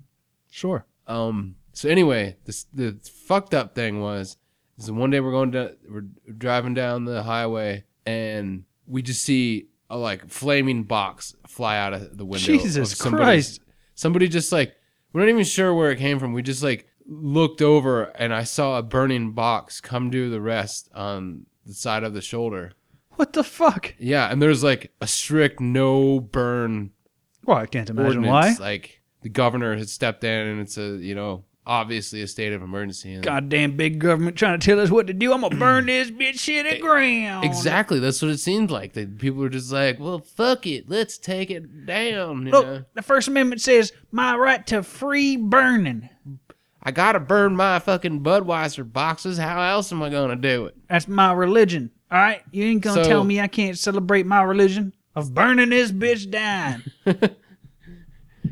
Speaker 4: Sure.
Speaker 1: Um. So anyway, this the fucked up thing was is that one day we're going to we're driving down the highway and we just see a like flaming box fly out of the window.
Speaker 4: Jesus
Speaker 1: of somebody's-
Speaker 4: Christ.
Speaker 1: Somebody just like we're not even sure where it came from. We just like looked over and I saw a burning box come to the rest on the side of the shoulder.
Speaker 4: What the fuck?
Speaker 1: Yeah, and there's like a strict no burn
Speaker 4: Well, I can't imagine why.
Speaker 1: ordinance. Like the governor has stepped in, and it's a you know obviously a state of emergency. And
Speaker 4: Goddamn big government trying to tell us what to do. I'm gonna burn this bitch shit
Speaker 1: Eh,
Speaker 4: to the ground.
Speaker 1: exactly, that's what it seemed like. The people were just like, "Well, fuck it, let's take it down." You
Speaker 4: Look,
Speaker 1: know,
Speaker 4: the First Amendment says my right to free burning.
Speaker 1: I gotta burn my fucking Budweiser boxes. How else am I gonna do it?
Speaker 4: That's my religion. All right, you ain't gonna
Speaker 1: So-
Speaker 4: tell me I can't celebrate my religion of burning this bitch down.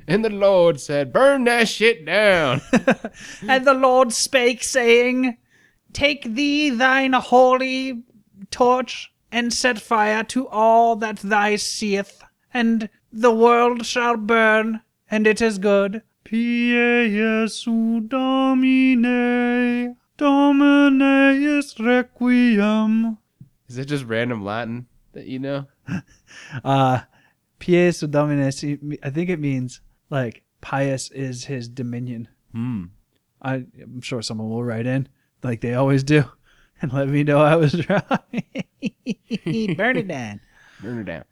Speaker 1: And the Lord said, "Burn that shit down."
Speaker 4: and the Lord spake, saying, Take thee thine holy torch and set fire to all that thou seeth, and the world shall burn, and it is good. Pie Jesu Domine, Domine is requiem.
Speaker 1: Is it just random Latin that you know?
Speaker 4: Uh, Pie Jesu Domine, see, I think it means like pious is his dominion.
Speaker 1: Hmm.
Speaker 4: I, I'm sure someone will write in, like they always do, and let me know I was right. Burn it down.
Speaker 1: Burn it down.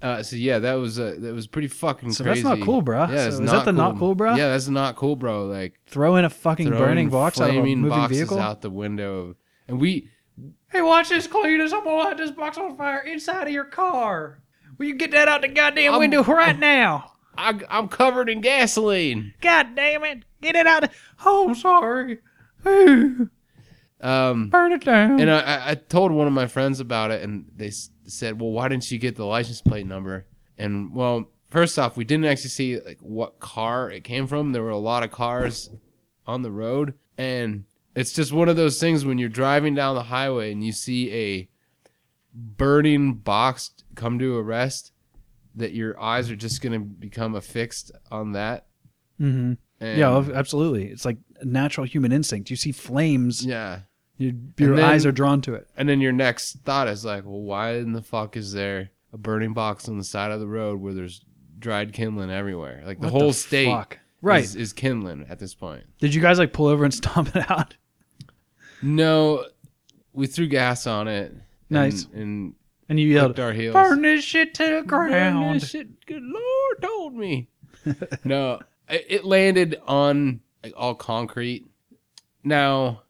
Speaker 1: Uh, so yeah, that was uh, that was pretty fucking
Speaker 4: So that's
Speaker 1: crazy.
Speaker 4: not cool, bruh.
Speaker 1: Yeah,
Speaker 4: So
Speaker 1: it's
Speaker 4: is that the not cool, bruh?
Speaker 1: Yeah, that's not cool, bro. Like
Speaker 4: Throw in a fucking
Speaker 1: throwing
Speaker 4: burning box out of a
Speaker 1: flaming
Speaker 4: moving
Speaker 1: boxes
Speaker 4: vehicle.
Speaker 1: out the window, and we
Speaker 4: Hey, watch this, Cletus. I'm gonna light this box on fire inside of your car. Will you get that out the goddamn
Speaker 1: I'm-
Speaker 4: window right now?
Speaker 1: I, I'm covered in gasoline.
Speaker 4: God damn it! Get it out. Of- oh, I'm sorry. Ooh,
Speaker 1: Um,
Speaker 4: Burn it down.
Speaker 1: and I- I, I told one of my friends about it, and they s- said, "Well, why didn't you get the license plate number?" And well, first off, we didn't actually see like what car it came from. There were a lot of cars on the road, and it's just one of those things when you're driving down the highway and you see a burning box come to a rest, that your eyes are just gonna become affixed on that.
Speaker 4: mm-hmm.
Speaker 1: And
Speaker 4: Yeah, well, absolutely. It's like a natural human instinct. You see flames,
Speaker 1: Yeah.
Speaker 4: you, your
Speaker 1: And then-
Speaker 4: eyes are drawn to it.
Speaker 1: And then your next thought is like, well, why in the fuck is there a burning box on the side of the road where there's dried kindling everywhere? Like the
Speaker 4: What
Speaker 1: whole state
Speaker 4: fuck? Right.
Speaker 1: is, is kindling at this point.
Speaker 4: Did you guys like pull over and stomp it out?
Speaker 1: No, we threw gas on it. and-
Speaker 4: Nice.
Speaker 1: And,
Speaker 4: And you yelled,
Speaker 1: clicked our heels.
Speaker 4: "Burn this shit to the ground!"
Speaker 1: Burn this shit. Good Lord, told me. no, it it landed on like, all concrete. Now,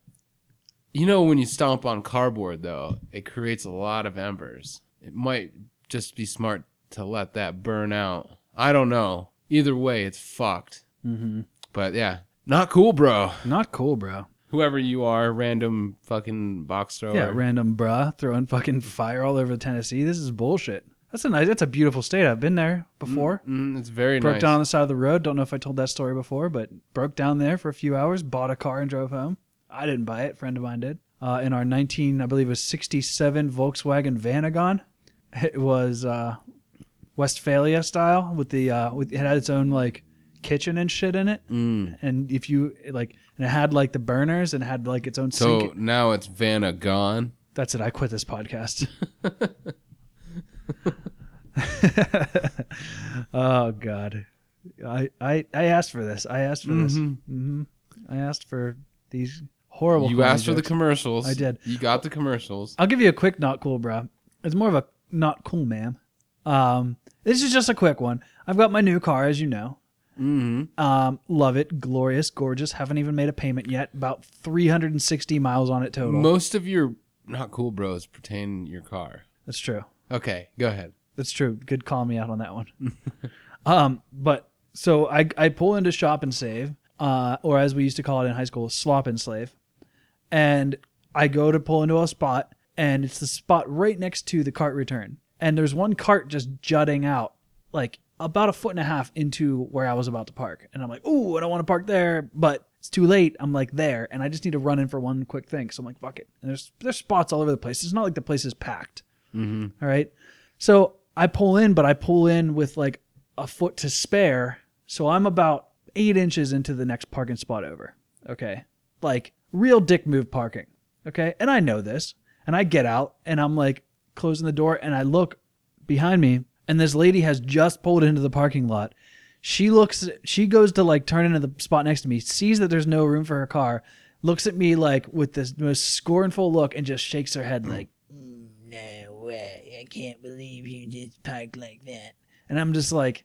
Speaker 1: you know when you stomp on cardboard though, it creates a lot of embers. It might just be smart to let that burn out. I don't know. Either way, it's fucked.
Speaker 4: hmm
Speaker 1: But yeah, not cool, bro.
Speaker 4: Not cool, bro.
Speaker 1: Whoever you are, random fucking box thrower.
Speaker 4: Yeah, random bruh throwing fucking fire all over Tennessee. This is bullshit. That's a nice. That's a beautiful state. I've been there before.
Speaker 1: Mm, it's very
Speaker 4: Broke
Speaker 1: nice.
Speaker 4: down on the side of the road. Don't know if I told that story before, but broke down there for a few hours. Bought a car and drove home. I didn't buy it. a Friend of mine did. Uh, in our 19, I believe it was 67 Volkswagen Vanagon. It was uh, Westphalia style with the uh, with it had its own like kitchen and shit in it.
Speaker 1: Mm.
Speaker 4: And if you like, and it had like the burners and had like its own
Speaker 1: So
Speaker 4: sink.
Speaker 1: now it's Vanna gone.
Speaker 4: That's it. I quit this podcast. oh God, I, I I asked for this. I asked for this. hmm I asked for these horrible.
Speaker 1: Mm-hmm. you
Speaker 4: comedy
Speaker 1: asked for the
Speaker 4: jokes.
Speaker 1: commercials.
Speaker 4: I did.
Speaker 1: You got the commercials.
Speaker 4: I'll give you a quick not cool, bro. It's more of a not cool, ma'am. Um, this is just a quick one. I've got my new car, as you know. Mm-hmm. Um, love it, glorious, gorgeous. Haven't even made a payment yet. About 360 miles on it total.
Speaker 1: Most of your not cool bros pertain to your car.
Speaker 4: That's true.
Speaker 1: Okay, go ahead.
Speaker 4: That's true. Good call me out on that one. um, but so I I pull into Shop and Save, uh, or as we used to call it in high school, Slop and Slave, and I go to pull into a spot, and it's the spot right next to the cart return, and there's one cart just jutting out, like about a foot and a half into where I was about to park, and I'm like, ooh, I don't want to park there, but. It's too late. I'm like there, and I just need to run in for one quick thing. So I'm like, fuck it. And there's there's spots all over the place. It's not like the place is packed. All right. So I pull in, but I pull in with like a foot to spare. So I'm about eight inches into the next parking spot over. Okay. Like real dick move parking. Okay. And I know this. And I get out and I'm like closing the door and I look behind me and this lady has just pulled into the parking lot. She looks, she goes to like turn into the spot next to me, sees that there's no room for her car, looks at me like with this most scornful look and just shakes her head like,
Speaker 6: No way. I can't believe you just parked like that.
Speaker 4: and I'm just like,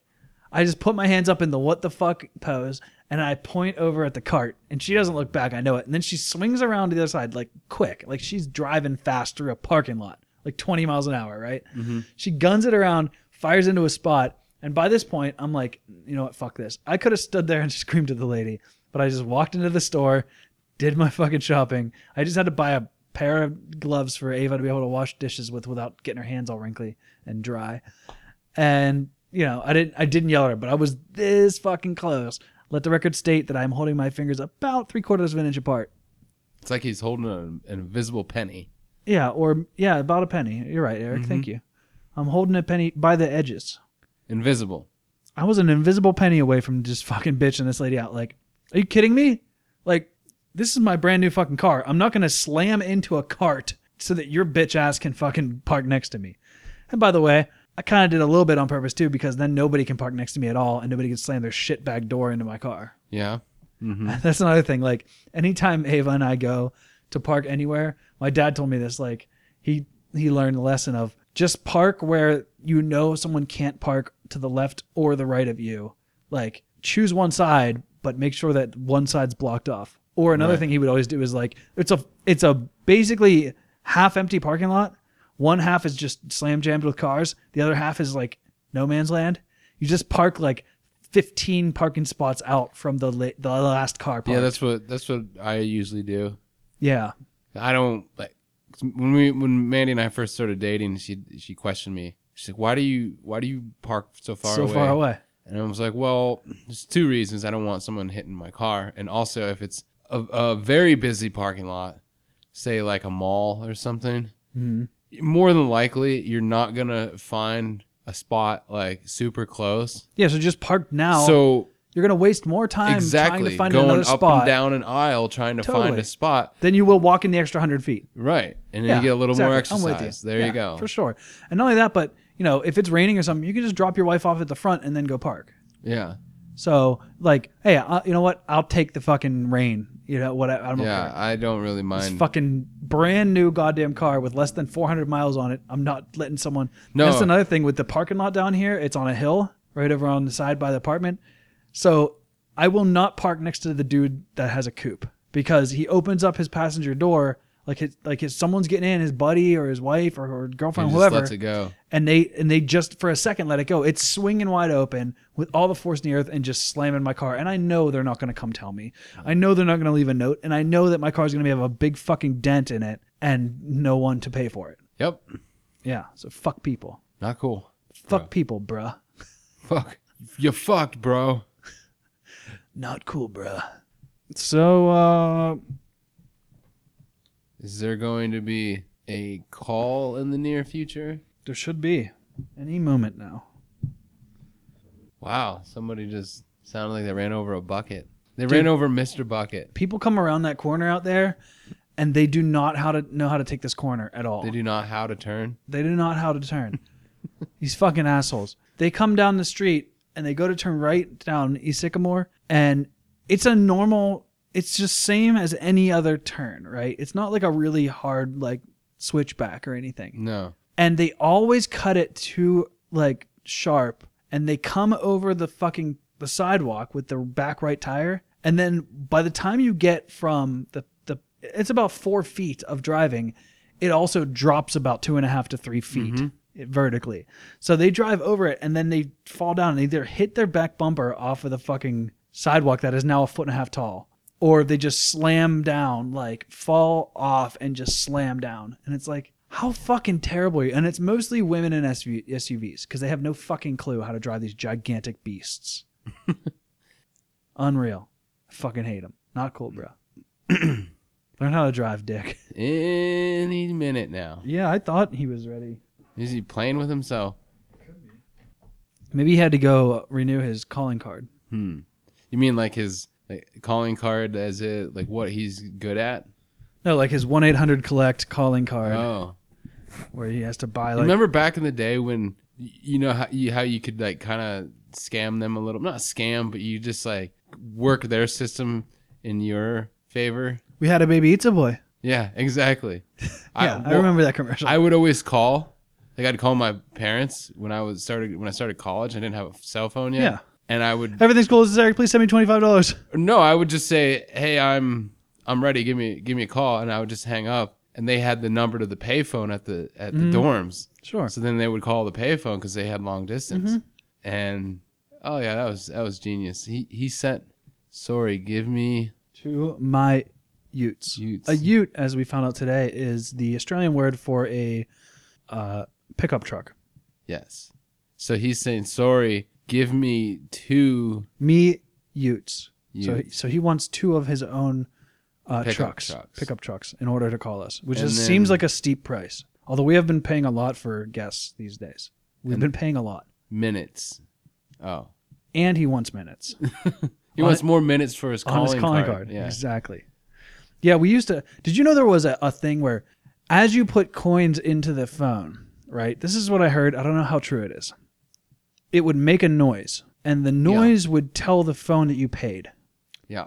Speaker 4: I just put my hands up in the what the fuck pose, and I point over at the cart, and she doesn't look back. I know it, and then she swings around to the other side like quick, like she's driving fast through a parking lot, like 20 miles an hour, right? She guns it around, fires into a spot, and by this point, I'm like, you know what, fuck this. I could have stood there and screamed at the lady, but I just walked into the store, did my fucking shopping. I just had to buy a pair of gloves for Ava to be able to wash dishes with without getting her hands all wrinkly and dry and you know i didn't i didn't yell at her but i was this fucking close let the record state that i'm holding my fingers about three quarters of an inch apart
Speaker 1: It's like he's holding an, an invisible penny.
Speaker 4: yeah or yeah about a penny you're right eric thank you i'm holding a penny by the edges
Speaker 1: Invisible.
Speaker 4: i was an invisible penny away from just fucking bitching this lady out like are you kidding me like this is my brand new fucking car i'm not gonna slam into a cart so that your bitch ass can fucking park next to me And by the way, I kind of did a little bit on purpose too, because then nobody can park next to me at all, and nobody can slam their shit bag door into my car.
Speaker 1: Yeah.
Speaker 4: That's another thing. Like anytime Ava and I go to park anywhere, my dad told me this. Like he he learned the lesson of just park where you know someone can't park to the left or the right of you. Like choose one side, but make sure that one side's blocked off. Or another
Speaker 1: Right.
Speaker 4: thing he would always do is like it's a it's a basically half empty parking lot. One half is just slam jammed with cars. The other half is like no man's land. You just park like 15 parking spots out from the la- the last car park.
Speaker 1: Yeah, that's what that's what I usually do.
Speaker 4: yeah.
Speaker 1: I don't like 'cause when we when Mandy and I first started dating. She she questioned me. She's like, "Why do you why do you park so far
Speaker 4: so
Speaker 1: away?"
Speaker 4: far away.
Speaker 1: And I was like, "Well, there's two reasons. I don't want someone hitting my car, and also if it's a, a very busy parking lot, say like a mall or something,
Speaker 4: Mhm.
Speaker 1: more than likely you're not gonna find a spot like super close.
Speaker 4: Yeah, so just park now.
Speaker 1: So
Speaker 4: you're going to waste more time Oh, trying
Speaker 1: exactly
Speaker 4: to find
Speaker 1: going
Speaker 4: another
Speaker 1: up
Speaker 4: spot
Speaker 1: and down an aisle trying to find
Speaker 4: Totally.
Speaker 1: a spot."
Speaker 4: Then you will walk in the extra 100 feet.
Speaker 1: Right. And then
Speaker 4: yeah,
Speaker 1: you get a little more
Speaker 4: exactly.
Speaker 1: exercise.
Speaker 4: I'm with you.
Speaker 1: There
Speaker 4: Yeah,
Speaker 1: you go.
Speaker 4: For sure. And not only that, but you know, if it's raining or something, you can just drop your wife off at the front and then go park.
Speaker 1: Yeah.
Speaker 4: So, like, hey, I, you know what? I'll take the fucking rain. You know what? I, I don't
Speaker 1: Yeah.
Speaker 4: care.
Speaker 1: I don't really
Speaker 4: This
Speaker 1: mind.
Speaker 4: fucking brand new goddamn car with less than 400 miles on it. I'm not letting someone.
Speaker 1: No.
Speaker 4: That's another thing with the parking lot down here. It's on a hill right over on the side by the apartment. So I will not park next to the dude that has a coupe because he opens up his passenger door like his, like his, someone's getting in, his buddy or his wife or, or
Speaker 1: He
Speaker 4: girlfriend,
Speaker 1: just
Speaker 4: whoever,
Speaker 1: lets it go.
Speaker 4: and they and they just for a second let it go. It's swinging wide open with all the force in the earth and just slamming my car. And I know they're not going to come tell me. I know they're not going to leave a note, and I know that my car's going to have a big fucking dent in it and no one to pay for it.
Speaker 1: Yep.
Speaker 4: Yeah, so fuck people,
Speaker 1: Not cool.
Speaker 4: fuck people, bruh.
Speaker 1: Fuck. You fucked, bro.
Speaker 4: Not cool, bruh. So uh,
Speaker 1: Is there going to be a call in the near future?
Speaker 4: there should be any moment now.
Speaker 1: Wow. Somebody just sounded like they ran over a bucket. They ran over Mr. Bucket.
Speaker 4: People come around that corner out there, and they do not how to know how to take this corner at all.
Speaker 1: They do not how to turn.
Speaker 4: They do not how to turn. These fucking assholes. They come down the street and they go to turn right down East Sycamore, and it's a normal. It's just same as any other turn, right? It's not like a really hard like switchback or anything.
Speaker 1: No.
Speaker 4: And they always cut it too like sharp, and they come over the fucking the sidewalk with their back right tire, and then by the time you get from the the it's about four feet of driving, it also drops about two and a half to three feet it- vertically. So they drive over it and then they fall down and they either hit their back bumper off of the fucking sidewalk that is now a foot and a half tall, or they just slam down, like fall off and just slam down. And it's like, how fucking terrible are you? And it's mostly women in SUV, SUVs because they have no fucking clue how to drive these gigantic beasts. Unreal. I fucking hate them. Not cool, bro. Learn how to drive, dick.
Speaker 1: Any minute now.
Speaker 4: Yeah, I thought he was ready.
Speaker 1: Is he playing with himself?
Speaker 4: Maybe he had to go renew his calling card.
Speaker 1: Hmm. You mean like his like, calling card as it like what he's good at?
Speaker 4: No, like his one eight hundred collect calling card,
Speaker 1: Oh.
Speaker 4: where he has to buy like
Speaker 1: Remember back in the day when y- you know how you, how you could like kind of scam them a little, not scam, but you just like work their system in your favor.
Speaker 4: we had a baby pizza boy.
Speaker 1: Yeah, exactly.
Speaker 4: Yeah, I,
Speaker 1: well,
Speaker 4: remember that commercial.
Speaker 1: I would always call. Like I'd call my parents when I was started when I started college. I didn't have a cell phone yet.
Speaker 4: Yeah.
Speaker 1: And I would
Speaker 4: Everything's cool. This is Eric. Please send me twenty five dollars.
Speaker 1: no, I would just say, "Hey, I'm I'm ready. Give me give me a call," and I would just hang up. And they had the number to the payphone at the at the dorms.
Speaker 4: Mm-hmm. Sure. Mm-hmm.
Speaker 1: So then they would call the payphone because they had long distance. And oh yeah, that was that was genius. He he sent, sorry, give me
Speaker 4: To my utes.
Speaker 1: Utes.
Speaker 4: A ute, as we found out today, is the Australian word for a uh, pickup truck.
Speaker 1: yes. So he's saying, sorry, give me two
Speaker 4: Me utes. So
Speaker 1: Utes.
Speaker 4: so he wants two of his own uh,
Speaker 1: Pickup
Speaker 4: trucks,
Speaker 1: trucks.
Speaker 4: pickup trucks, in order to call us, which
Speaker 1: And
Speaker 4: is,
Speaker 1: then-
Speaker 4: seems like a steep price. Although we have been paying a lot for guests these days, we've been paying a lot.
Speaker 1: minutes. Oh,
Speaker 4: and he wants minutes
Speaker 1: he
Speaker 4: On-
Speaker 1: wants more minutes for his calling,
Speaker 4: on his calling
Speaker 1: card.
Speaker 4: card.
Speaker 1: Yeah.
Speaker 4: Exactly. Yeah, we used to. Did you know there was a, a thing where, as you put coins into the phone, right? This is what I heard. I don't know how true it is. It would make a noise, and the noise would tell the phone that you paid.
Speaker 1: Yeah.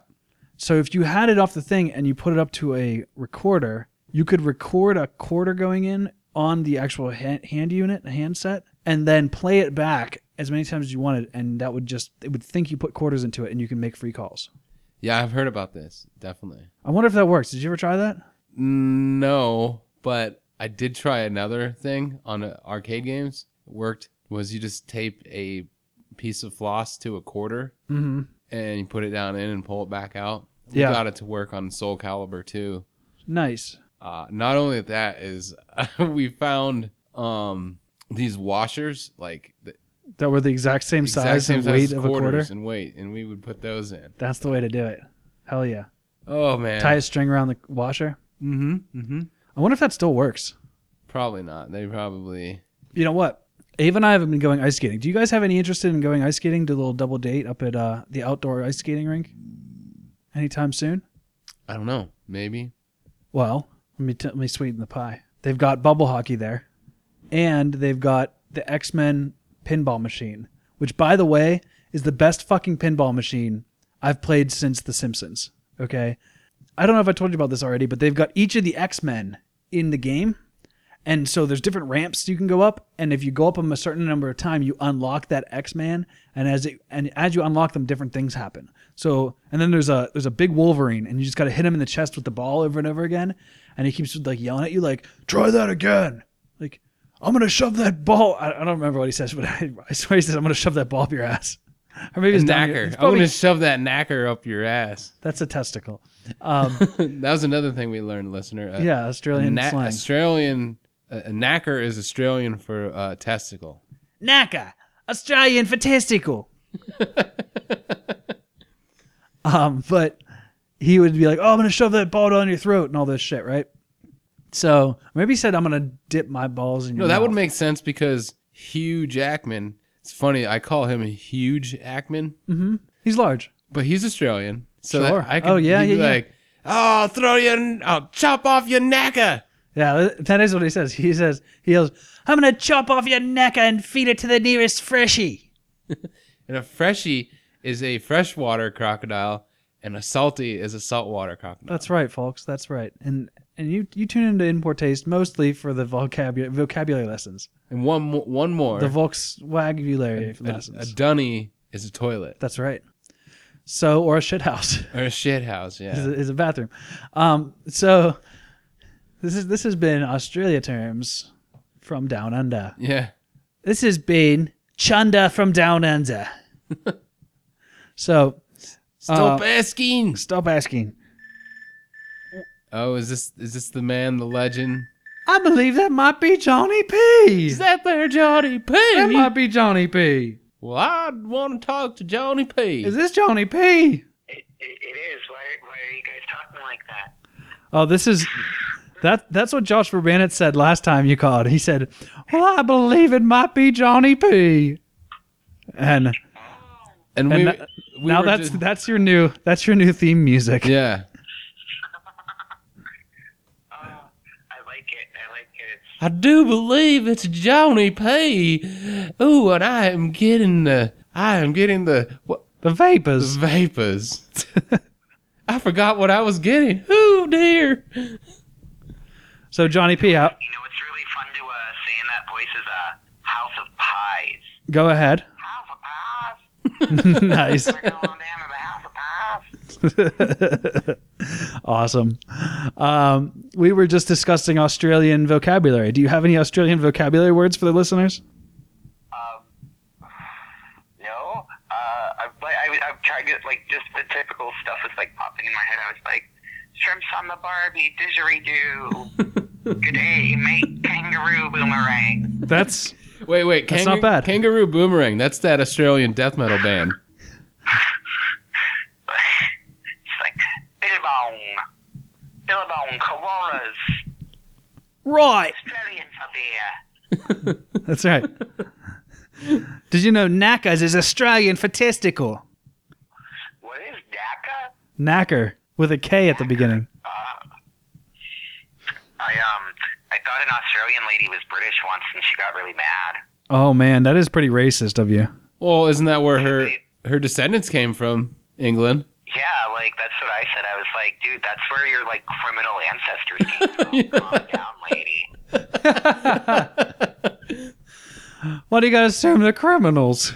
Speaker 4: So if you had it off the thing and you put it up to a recorder, you could record a quarter going in on the actual hand, hand unit, handset, and then play it back as many times as you wanted, and that would just it would think you put quarters into it, and you can make free calls.
Speaker 1: Yeah, I've heard about this. Definitely.
Speaker 4: I wonder if that works. Did you ever try that?
Speaker 1: No, but I did try another thing on uh, arcade games. It worked was you just tape a piece of floss to a quarter
Speaker 4: Mm-hmm.
Speaker 1: and you put it down in and pull it back out. We
Speaker 4: Yeah.
Speaker 1: got it to work on Soul Calibur too.
Speaker 4: Nice.
Speaker 1: Uh, not only that is we found um, these washers like the
Speaker 4: That were the exact same
Speaker 1: exact
Speaker 4: size
Speaker 1: same
Speaker 4: and weight
Speaker 1: size as
Speaker 4: of a quarter.
Speaker 1: quarters and weight, and we would put those in.
Speaker 4: That's the way to do it. Hell yeah.
Speaker 1: Oh man,
Speaker 4: Tie a string around the washer.
Speaker 1: mm-hmm, mm-hmm.
Speaker 4: I wonder if that still works.
Speaker 1: Probably not. They probably
Speaker 4: You know what? Ava and I have been going ice skating. Do you guys have any interest in going ice skating? Do a little double date up at uh, the outdoor ice skating rink anytime soon?
Speaker 1: I don't know. Maybe
Speaker 4: Well, let me, t- let me sweeten the pie. They've got bubble hockey there, and they've got the X Men pinball machine, which, by the way, is the best fucking pinball machine I've played since The Simpsons. Okay. I don't know if I told you about this already, but they've got each of the X Men in the game, And so there's different ramps you can go up, and if you go up them a certain number of time, you unlock that X Man, and as it and as you unlock them, different things happen. So and then there's a there's a big Wolverine, and you just gotta hit him in the chest with the ball over and over again, and he keeps like yelling at you like, "Try that again!" Like, "I'm gonna shove that ball." I, I don't remember what he says, but I, I swear he says, "I'm gonna shove that ball up your ass," or maybe it's down your-
Speaker 1: Knacker. Oh,
Speaker 4: it's
Speaker 1: I'm
Speaker 4: probably-
Speaker 1: gonna shove that knacker up your ass.
Speaker 4: that's a testicle. Um,
Speaker 1: that was another thing we learned, listener. Uh,
Speaker 4: yeah, Australian
Speaker 1: na-
Speaker 4: slang.
Speaker 1: Australian uh, knacker is Australian for uh, testicle.
Speaker 4: Naka, Australian for testicle. um, but he would be like, "Oh, I'm gonna shove that ball down your throat" and all this shit, right? So maybe he said, "I'm gonna dip my balls in your."
Speaker 1: No, that would
Speaker 4: mouth."
Speaker 1: make sense because Hugh Jackman. It's funny. I call him Huge Ackman,
Speaker 4: He's large.
Speaker 1: but he's Australian. So that
Speaker 4: Sure.
Speaker 1: I could
Speaker 4: Oh, yeah,
Speaker 1: he'd be
Speaker 4: yeah, yeah.
Speaker 1: like, "Oh, I'll throw you. I'll chop off your knacker."
Speaker 4: Yeah, that is what he says. He says he yells, "I'm gonna chop off your neck and feed it to the nearest freshie."
Speaker 1: And a freshie is a freshwater crocodile, and a salty is a saltwater crocodile.
Speaker 4: That's right, folks. That's right. And and you you tune into Import Taste mostly for the vocabulary vocabulary lessons,
Speaker 1: And one mo- one more.
Speaker 4: the Volkswagen
Speaker 1: a,
Speaker 4: lessons.
Speaker 1: a dunny is a toilet
Speaker 4: That's right. So, or a shit house
Speaker 1: or a shit house. Yeah.
Speaker 4: is, a, is a bathroom. Um, so this is this has been Australia terms from down under.
Speaker 1: yeah.
Speaker 4: This has been Chunda from down under. so
Speaker 1: Stop
Speaker 4: Uh,
Speaker 1: asking.
Speaker 4: stop asking.
Speaker 1: Oh, is this is this the man, the legend?
Speaker 4: I believe that might be Johnny P. That,
Speaker 1: there Johnny P?
Speaker 4: might be Johnny P.
Speaker 1: well, I want to talk to Johnny P.
Speaker 4: Is this Johnny P?
Speaker 2: It, it, it is. Why, why are you guys talking like that?
Speaker 4: Oh, this is that. That's what Josh Verbanet said last time you called. He said, "Well, I believe it might be Johnny P." And and
Speaker 1: and we,
Speaker 4: tha-
Speaker 1: we
Speaker 4: now
Speaker 1: were
Speaker 4: that's
Speaker 1: just-
Speaker 4: that's your new that's your new theme music.
Speaker 1: yeah.
Speaker 2: Oh, I like it. I like it. It's,
Speaker 1: I do believe it's Johnny P. Ooh, and I am getting the I am getting the what
Speaker 4: The vapors.
Speaker 1: vapors. I forgot what I was getting. Ooh, dear.
Speaker 4: So Johnny P, out.
Speaker 2: you know, it's really fun to uh, say in that voice is uh, House of Pies.
Speaker 4: Go ahead.
Speaker 2: House of Pies?
Speaker 4: nice.
Speaker 2: We're going down to the House of Pies?
Speaker 4: Awesome. Um, we were just discussing Australian vocabulary. Do you have any Australian vocabulary words for the listeners?
Speaker 2: No, uh, I've, like, I, I've tried to, like, just the typical stuff is, like, popping in my head. I was like, shrimps on the Barbie, didgeridoo, good day, mate, kangaroo boomerang.
Speaker 4: That's
Speaker 1: Wait, wait.
Speaker 4: That's not bad.
Speaker 1: Kangaroo Boomerang. That's that Australian death metal band.
Speaker 2: It's like, billabong, billabong, koalas,
Speaker 4: right.
Speaker 2: Australians are there.
Speaker 4: That's right. Did you know knackers is Australian for testicle?
Speaker 2: What is DACA?
Speaker 4: Knacker with a K at the beginning.
Speaker 2: I, um, I thought an Australian lady was British once and she got really mad.
Speaker 4: Oh man, that is pretty racist of you.
Speaker 1: Well, isn't that where her her descendants came from? England.
Speaker 2: Yeah, like that's what I said. I was like, dude, that's where your like criminal ancestors came from. Calm down, lady.
Speaker 4: Why do you gotta assume they're criminals?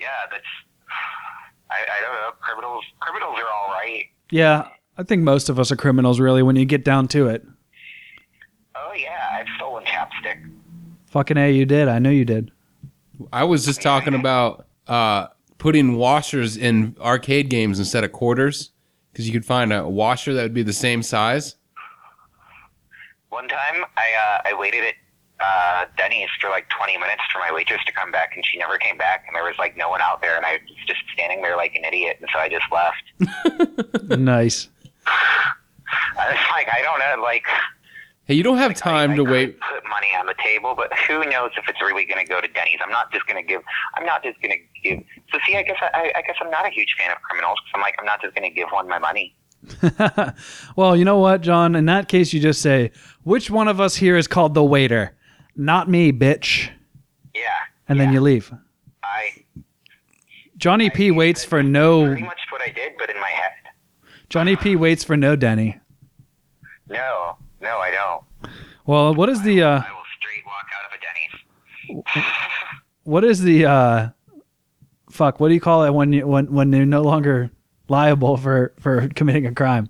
Speaker 2: Yeah, that's. I, I don't know. Criminals, criminals are all right.
Speaker 4: Yeah, I think most of us are criminals, really, when you get down to it.
Speaker 2: Oh yeah, I've stolen chapstick.
Speaker 4: Fucking A, you did. I know you did.
Speaker 1: I was just talking about uh, putting washers in arcade games instead of quarters because you could find a washer that would be the same size.
Speaker 2: One time, I uh, I waited at uh, Denny's for like 20 minutes for my waitress to come back, and she never came back, and there was like no one out there, and I was just standing there like an idiot, and so I just left.
Speaker 4: nice.
Speaker 2: I was like, I don't know, like
Speaker 1: Hey, you don't have time
Speaker 2: I
Speaker 1: to
Speaker 2: could
Speaker 1: wait.
Speaker 2: Put money on the table, but who knows if it's really going to go to Denny's? I'm not just going to give. I'm not just going to give. So see, I guess I, I guess I'm not a huge fan of criminals 'cause I'm like I'm not just going to give one my money.
Speaker 4: Well, you know what, John? In that case, you just say, which one of us here is called the waiter? Not me, bitch.
Speaker 2: Yeah,
Speaker 4: And then you leave.
Speaker 2: I
Speaker 4: Johnny P waits for no.
Speaker 2: pretty much what I did, but in my head.
Speaker 4: Johnny P waits for no Denny.
Speaker 2: No, no, I don't.
Speaker 4: Well, what is the uh,
Speaker 2: I will straight walk out of a Denny's.
Speaker 4: what is the uh, fuck? What do you call it when you when when they're no longer liable for for committing a crime?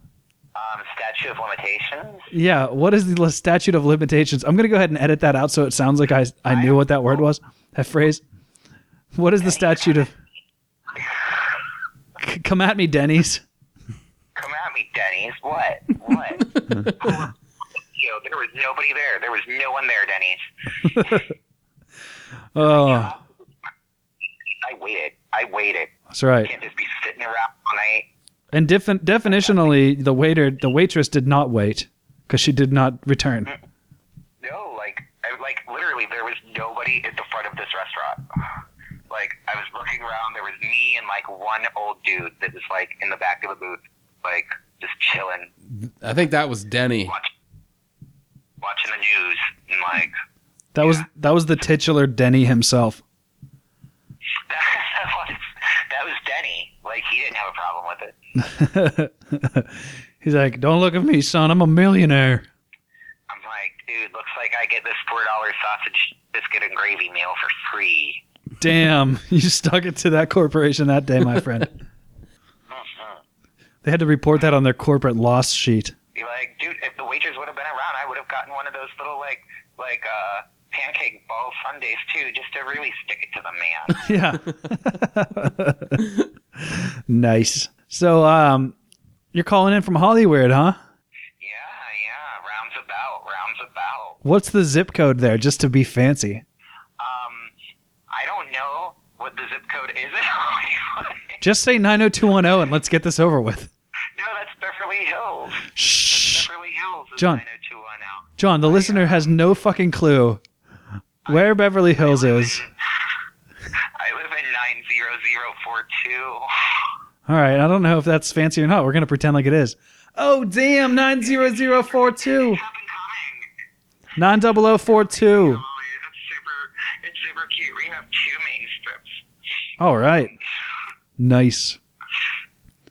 Speaker 2: Um, statute of limitations.
Speaker 4: Yeah. What is the statute of limitations? I'm gonna go ahead and edit that out so it sounds like I I knew what that word was. That phrase. What is the statute of? C- come at me, Denny's.
Speaker 2: Come at me, Denny's. What? What? Yo, there was nobody there. There was no one there, Denny's.
Speaker 4: Oh,
Speaker 2: I waited. I waited.
Speaker 4: that's right.
Speaker 2: Can't just be sitting around all night.
Speaker 4: And defi- definitionally, the waiter, the waitress, did not wait because she did not return.
Speaker 2: No, like, I, like literally, there was nobody at the front of this restaurant. Like, I was looking around. There was me and like one old dude that was like in the back of the booth, like just chilling,
Speaker 1: I think that was Denny.
Speaker 2: watch, watching the news, and like
Speaker 4: That was that was the titular Denny himself.
Speaker 2: that was that was Denny. Like, he didn't have a problem with it.
Speaker 4: He's like, "Don't look at me, son. I'm a millionaire."
Speaker 2: I'm like, dude, looks like I get this four dollar sausage biscuit and gravy meal for free.
Speaker 4: Damn, you stuck it to that corporation that day, my friend. they had to report that on their corporate loss sheet.
Speaker 2: Be like, dude, if the waitress would have been around, I would have gotten one of those little like like uh pancake ball sundaes too, just to really stick it to the man.
Speaker 4: Yeah. nice. So, um, you're calling in from Hollywood, huh?
Speaker 2: yeah, yeah, rounds about, rounds about.
Speaker 4: What's the zip code there, just to be fancy?
Speaker 2: Um, I don't know what the zip code is in Hollywood.
Speaker 4: Just say 90210 and let's get this over with.
Speaker 2: no, that's Beverly Hills.
Speaker 4: Shh.
Speaker 2: Beverly Hills is
Speaker 4: John.
Speaker 2: 90210.
Speaker 4: John, the listener has no fucking clue where Beverly Hills is.
Speaker 2: I live in nine zero zero four two.
Speaker 4: All right, I don't know if that's fancy or not. We're going to pretend like it is. Oh, damn, 90042.
Speaker 2: Up and coming.
Speaker 4: 90042.
Speaker 2: It's super, it's super cute. We have two main strips.
Speaker 4: All right. Nice.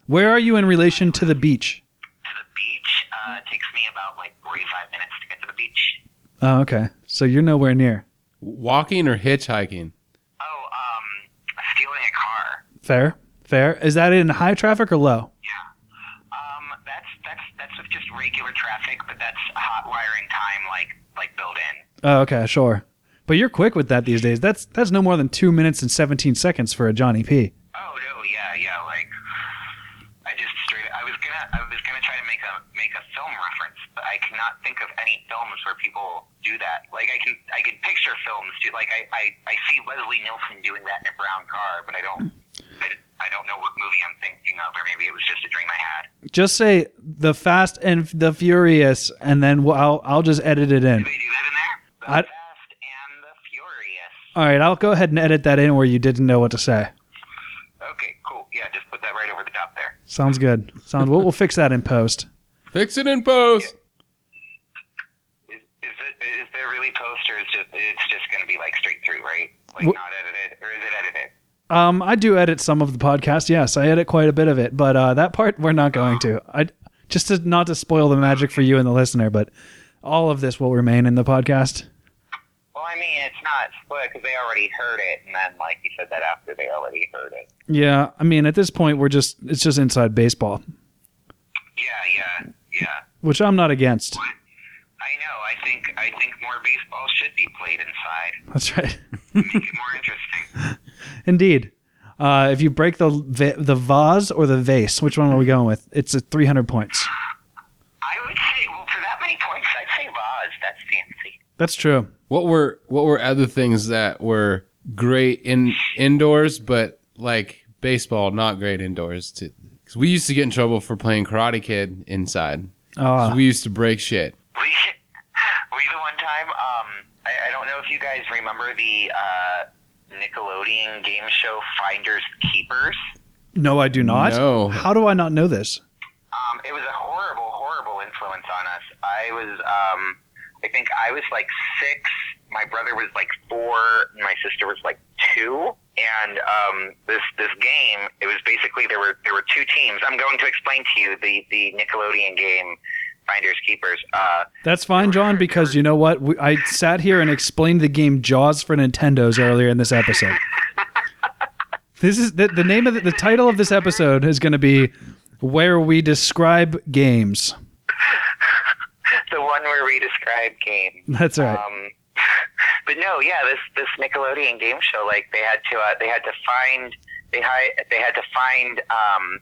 Speaker 4: Where are you in relation to the beach?
Speaker 2: To the beach, uh, it takes me about like 45 minutes to get to the beach.
Speaker 4: Oh, okay. So you're nowhere near.
Speaker 1: Walking or hitchhiking?
Speaker 2: Oh, um, stealing a car.
Speaker 4: Fair. Fair. Is that in high traffic or low?
Speaker 2: Um, that's, that's, that's with just regular traffic, but that's hot wiring time, like, like built in.
Speaker 4: Oh, okay, sure. But you're quick with that these days. That's that's no more than 2 minutes and 17 seconds for a Johnny P.
Speaker 2: Oh, no, yeah, yeah, like, I just straight, I was gonna, I was gonna try to make a, make a film reference, but I cannot think of any films where people do that. Like, I can, I can picture films, do, like, I, I, I see Leslie Nielsen doing that in a brown car, but I don't, I, I don't know what movie I'm thinking of, or maybe it was just a dream I had.
Speaker 4: Just say the Fast and the Furious and then we'll, I'll I'll just edit it in.
Speaker 2: They do that in there? The
Speaker 4: I-
Speaker 2: Fast and the Furious.
Speaker 4: All right, I'll go ahead and edit that in where you didn't know what to say.
Speaker 2: Okay, cool. Yeah, just put that right over the top there.
Speaker 4: Sounds good. Sounds we'll, we'll fix that in post.
Speaker 1: Fix it in post.
Speaker 2: Is, is, it, is there really post, or is just, it's just going to be like straight through, right? Like
Speaker 4: Wh-
Speaker 2: not edited, or is it edited?
Speaker 4: Um, I do edit some of the podcast. Yes, I edit quite a bit of it, but uh, that part we're not going to. I just to not to spoil the magic for you and the listener, but all of this will remain in the podcast.
Speaker 2: Well, I mean, it's not split because they already heard it, and then like you said that after they already heard it.
Speaker 4: Yeah, I mean at this point we're just it's just inside baseball,
Speaker 2: Yeah, yeah, yeah.
Speaker 4: which I'm not against.
Speaker 2: I know. I think I think more baseball should be played inside.
Speaker 4: That's right.
Speaker 2: Make it more interesting.
Speaker 4: Indeed. Uh, if you break the va- the vase or the vase, which one are we going with? It's at 300 points.
Speaker 2: I would say, well, for that many points, I'd say Vaz. That's fancy.
Speaker 4: That's true.
Speaker 1: What were what were other things that were great in indoors, but like baseball, not great indoors? Because we used to get in trouble for playing Karate Kid inside. 'Cause
Speaker 4: Uh,
Speaker 1: we used to break shit.
Speaker 2: We we the one time. Um, I, I don't know if you guys remember the uh, Nickelodeon game show Finders Keepers.
Speaker 4: no, I do not.
Speaker 1: No.
Speaker 4: How do I not know this?
Speaker 2: Um, it was a horrible, horrible influence on us. I was, um, I think I was like six. My brother was like four. and My sister was like two. And um, this this game, it was basically there were there were two teams. I'm going to explain to you the the Nickelodeon game finders keepers. Uh,
Speaker 4: That's fine, John, because you know what? We, I sat here and explained the game Jaws for Nintendos earlier in this episode. This is the, the name of the, the title of this episode is going to be where we describe games.
Speaker 2: the one where we describe games.
Speaker 4: That's right.
Speaker 2: Um, but no, yeah, this this Nickelodeon game show, like they had to uh, they had to find they hi- they had to find um,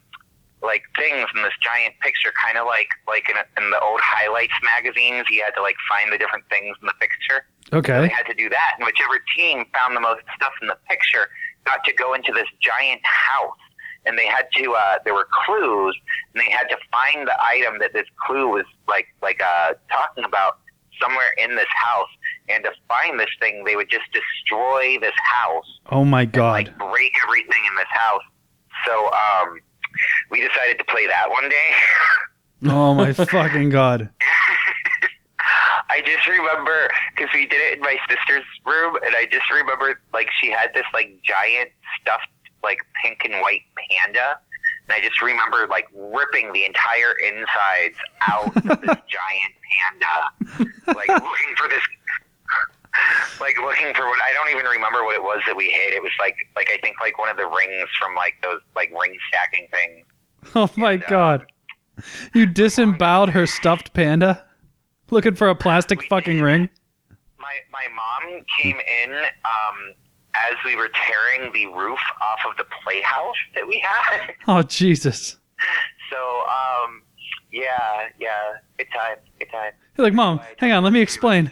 Speaker 2: like things in this giant picture, kind of like like in, a, in the old highlights magazines. You had to like find the different things in the picture. They
Speaker 4: Okay.
Speaker 2: had to do that, and whichever team found the most stuff in the picture got to go into this giant house. And they had to. Uh, there were clues, and they had to find the item that this clue was like like uh, talking about somewhere in this house. And to find this thing, they would just destroy this house,
Speaker 4: Oh my God.
Speaker 2: like break everything in this house. So um, we decided to play that one day.
Speaker 4: Oh my fucking God.
Speaker 2: I just remember because we did it in my sister's room, and I just remember like she had this like giant stuffed like pink and white panda, and I just remember like ripping the entire insides out of this giant panda, like looking for this. Like looking for what I don't even remember what it was that we hid. It was like like I think like one of the rings from like those like ring stacking things.
Speaker 4: Oh my God. You disemboweled her stuffed panda? Looking for a plastic fucking ring?
Speaker 2: my my mom came in um, as we were tearing the roof off of the playhouse that we had.
Speaker 4: Oh, Jesus.
Speaker 2: So um, yeah, yeah, good time, good time.
Speaker 4: You're like, Mom, hang on, let me explain.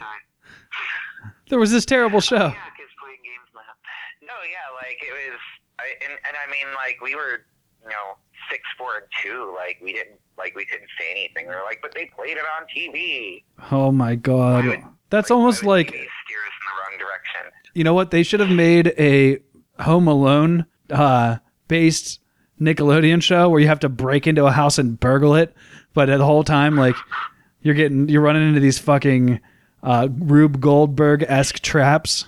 Speaker 4: There was this terrible show.
Speaker 2: Yeah, kids playing games now. No, yeah, like it was, I, and and I mean, like we were, you know, six, four, and two. Like we didn't, like we couldn't say anything. We were like, but they played it on TV.
Speaker 4: Oh my God. That's almost
Speaker 2: Why would
Speaker 4: like
Speaker 2: TV steer us in the wrong direction.
Speaker 4: you know what? They should have made a Home Alone uh, based Nickelodeon show where you have to break into a house and burgle it, but the whole time like you're getting you're running into these fucking uh, Rube Goldberg esque traps.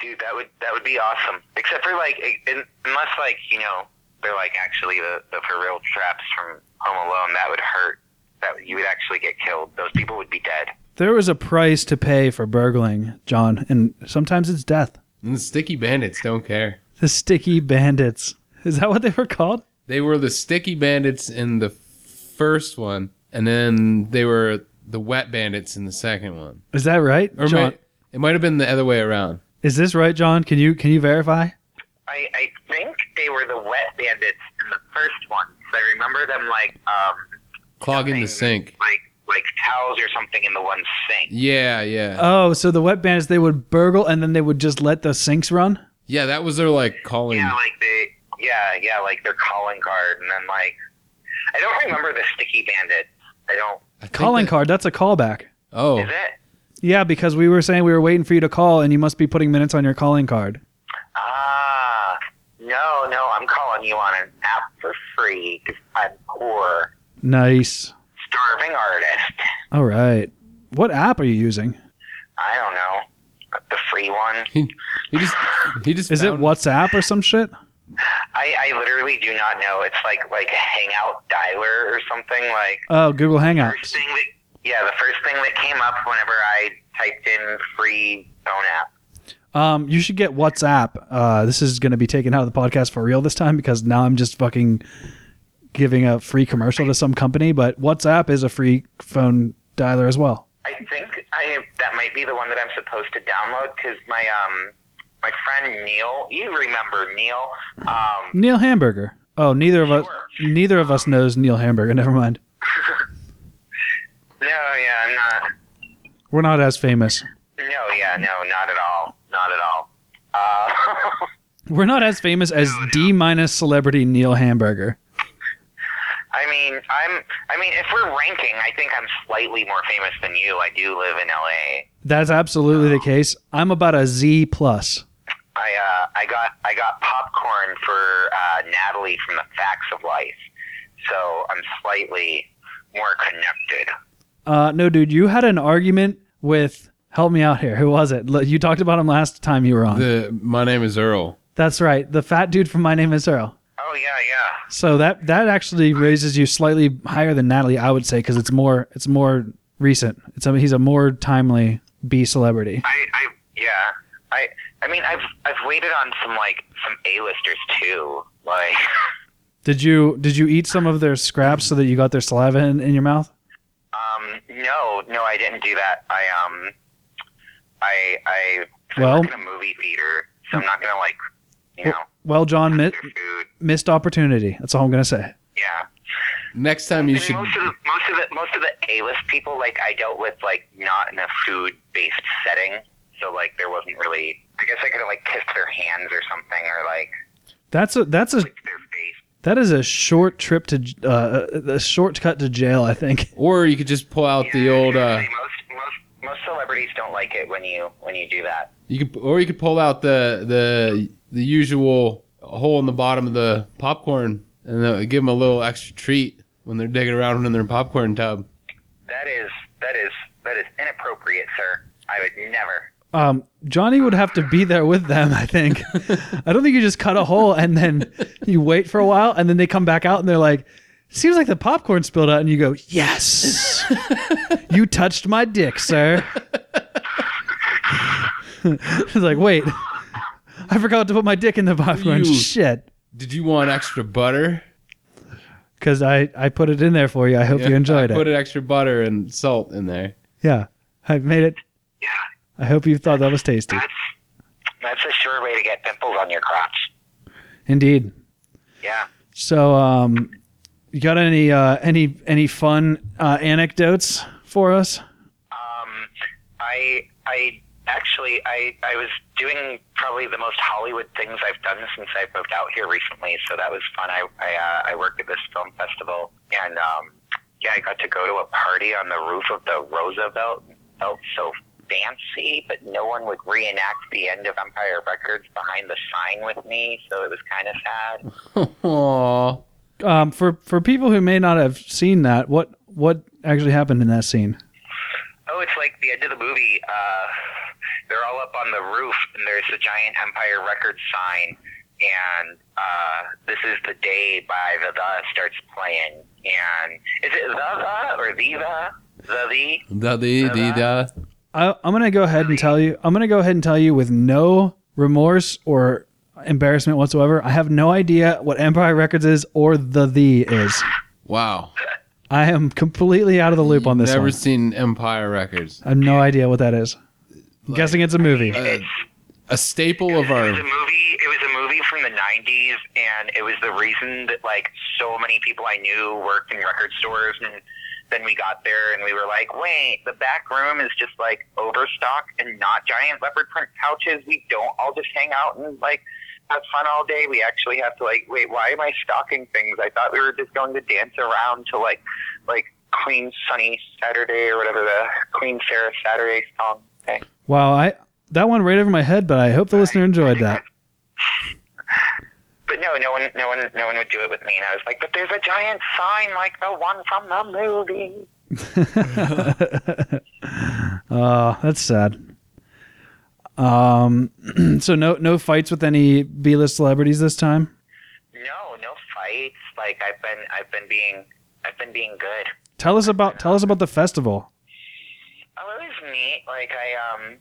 Speaker 2: Dude, that would that would be awesome. Except for like, in, unless like you know they're like actually the, the for real traps from Home Alone, that would hurt. That would- you would actually get killed. Those people would be dead.
Speaker 4: There was a price to pay for burgling, John, and sometimes it's death.
Speaker 1: And the sticky bandits don't care.
Speaker 4: The sticky bandits. Is that what they were called?
Speaker 1: They were the sticky bandits in the first one, and then they were the wet bandits in the second one.
Speaker 4: Is that right,
Speaker 1: Or
Speaker 4: John?
Speaker 1: might- it might have been the other way around.
Speaker 4: Is this right, John? Can you can you verify?
Speaker 2: I, I think they were the wet bandits in the first one. 'cause I remember them like um
Speaker 1: Clogging the
Speaker 2: saying,
Speaker 1: sink.
Speaker 2: like like towels or something in the one sink.
Speaker 1: Yeah, yeah.
Speaker 4: Oh, so the wet bandits they would burgle and then they would just let the sinks run.
Speaker 1: yeah, that was their like calling.
Speaker 2: Yeah, like they yeah yeah like their calling card, and then like I don't remember the sticky bandit. I don't.
Speaker 1: I think
Speaker 4: Calling
Speaker 1: that-
Speaker 4: card, that's a callback.
Speaker 1: Oh,
Speaker 2: Is it?
Speaker 4: Yeah, because we were saying we were waiting for you to call and you must be putting minutes on your calling card.
Speaker 2: Ah, no, no, I'm calling you on an app for free 'cause I'm poor,
Speaker 4: Nice.
Speaker 2: starving artist.
Speaker 4: All right. What app are you using?
Speaker 2: I don't know. The free one.
Speaker 1: he just he just
Speaker 4: Is it
Speaker 1: found-
Speaker 4: WhatsApp or some shit?
Speaker 2: I, I literally do not know. It's like like a hangout dialer or something. Like
Speaker 4: Oh, Google
Speaker 2: first
Speaker 4: Hangouts.
Speaker 2: thing that yeah, the first thing that came up whenever I typed in free phone app.
Speaker 4: Um, you should get WhatsApp. Uh, this is going to be taken out of the podcast for real this time because now I'm just fucking giving a free commercial to some company. But WhatsApp is a free phone dialer as well.
Speaker 2: I think I that might be the one that I'm supposed to download because my um my friend Neil, you remember Neil? Um,
Speaker 4: Neil Hamburger. Oh, neither of us neither of us knows Neil Hamburger. Never mind.
Speaker 2: no, yeah, I'm not.
Speaker 4: We're not as famous.
Speaker 2: No, yeah, no, not at all, not at all. Uh,
Speaker 4: We're not as famous as D minus celebrity Neil Hamburger.
Speaker 2: I mean, I'm. I mean, if we're ranking, I think I'm slightly more famous than you. I do live in LA.
Speaker 4: That's absolutely the case. I'm about a Z plus.
Speaker 2: I uh, I got I got popcorn for uh, Natalie from the Facts of Life, so I'm slightly more connected.
Speaker 4: Uh, no, dude, you had an argument with. Help me out here. Who was it? L- You talked about him last time you were on.
Speaker 1: the my name is Earl?
Speaker 4: That's right, the fat dude from My Name Is Earl.
Speaker 2: Oh Oh yeah, yeah.
Speaker 4: So that that actually raises you slightly higher than Natalie, I would say, because it's more it's more recent. It's a, he's a more timely B celebrity.
Speaker 2: I, I, yeah. I, I mean, I've, I've waited on some like some A-listers too. Like,
Speaker 4: Did you did you eat some of their scraps so that you got their saliva in, in your mouth?
Speaker 2: um, no, no, I didn't do that. I, um, I, I. I
Speaker 4: Well-
Speaker 2: work in a movie theater, so I'm not gonna like, you know,
Speaker 4: Well, John mi-
Speaker 2: their food.
Speaker 4: missed opportunity. That's all I'm gonna say.
Speaker 2: Yeah.
Speaker 1: Next time you
Speaker 2: And
Speaker 1: should.
Speaker 2: most of the, most of the most of the A-list people, like I dealt with, like not in a food-based setting, so like there wasn't really. I guess I could have like kissed their hands or something, or like
Speaker 4: That's a that's a
Speaker 2: their face.
Speaker 4: that is a short trip to j- uh, a a shortcut to jail. I think.
Speaker 1: Or you could just pull out the
Speaker 2: Yeah,
Speaker 1: old. Uh,
Speaker 2: seriously, most most most celebrities don't like it when you when you do that.
Speaker 1: you could, or you could pull out the the the usual hole in the bottom of the popcorn and then give them a little extra treat when they're digging around in their popcorn tub.
Speaker 2: That is that is that is inappropriate, sir. I would never.
Speaker 4: Um, Johnny would have to be there with them. I think. I don't think you just cut a hole and then you wait for a while and then they come back out and they're like, "Seems like the popcorn spilled out," and you go, "Yes, you touched my dick, sir." it's like, wait, I forgot to put my dick in the popcorn.
Speaker 1: You-
Speaker 4: Shit.
Speaker 1: Did you want extra butter?
Speaker 4: because I, I put it in there for you. I hope you enjoyed
Speaker 1: I
Speaker 4: it.
Speaker 1: Put an extra butter and salt in there.
Speaker 4: Yeah, I made it.
Speaker 2: Yeah,
Speaker 4: I hope you thought that was tasty.
Speaker 2: that's that's a sure way to get pimples on your crotch.
Speaker 4: Indeed.
Speaker 2: Yeah.
Speaker 4: So, um, you got any uh, any any fun uh, anecdotes for us?
Speaker 2: Um, I I actually I I was doing probably the most Hollywood things I've done since I moved out here recently, so that was fun. I I, uh, I worked at this film festival, and um, yeah, I got to go to a party on the roof of the Roosevelt. Felt so fancy, but no one would reenact the end of Empire Records behind the sign with me, so it was kind of sad.
Speaker 1: Aww.
Speaker 4: Um, for for people who may not have seen that, what what actually happened in that scene?
Speaker 2: Oh, it's like the end of the movie. Uh, they're all up on the roof, and there's the giant Empire Records sign, and uh, this is the day by the the starts playing. And is it the the or the the the the?
Speaker 1: Da dee dee da.
Speaker 4: I, I'm gonna go ahead and tell you. I'm gonna go ahead and tell you with no remorse or embarrassment whatsoever. I have no idea what Empire Records is or the the is.
Speaker 1: Wow.
Speaker 4: I am completely out of the loop on this.
Speaker 1: Never
Speaker 4: one.
Speaker 1: seen Empire Records.
Speaker 4: I have no idea what that is. I'm guessing it's a movie.
Speaker 1: Uh, a staple of
Speaker 2: It
Speaker 1: our
Speaker 2: was a movie. It was a movie from the '90s, and it was the reason that like so many people I knew worked in record stores. And then we got there, and we were like, "Wait, the back room is just like overstock and not giant leopard print couches. We don't all just hang out and like have fun all day. We actually have to like, wait, why am I stocking things? I thought we were just going to dance around to like, like Queen Sunny Saturday or whatever the Queen Sarah Saturday song." Okay.
Speaker 4: Wow, I that one right over my head, but I hope the listener enjoyed that.
Speaker 2: But no, no one, no one, no one would do it with me. And I was like, but there's a giant sign like the one from the movie.
Speaker 4: Oh, that's sad. Um, so no no fights with any B list celebrities this time.
Speaker 2: No, no fights. Like I've been, I've been being, I've been being good.
Speaker 4: Tell us about tell us about the festival.
Speaker 2: Oh, it was neat. Like I, um,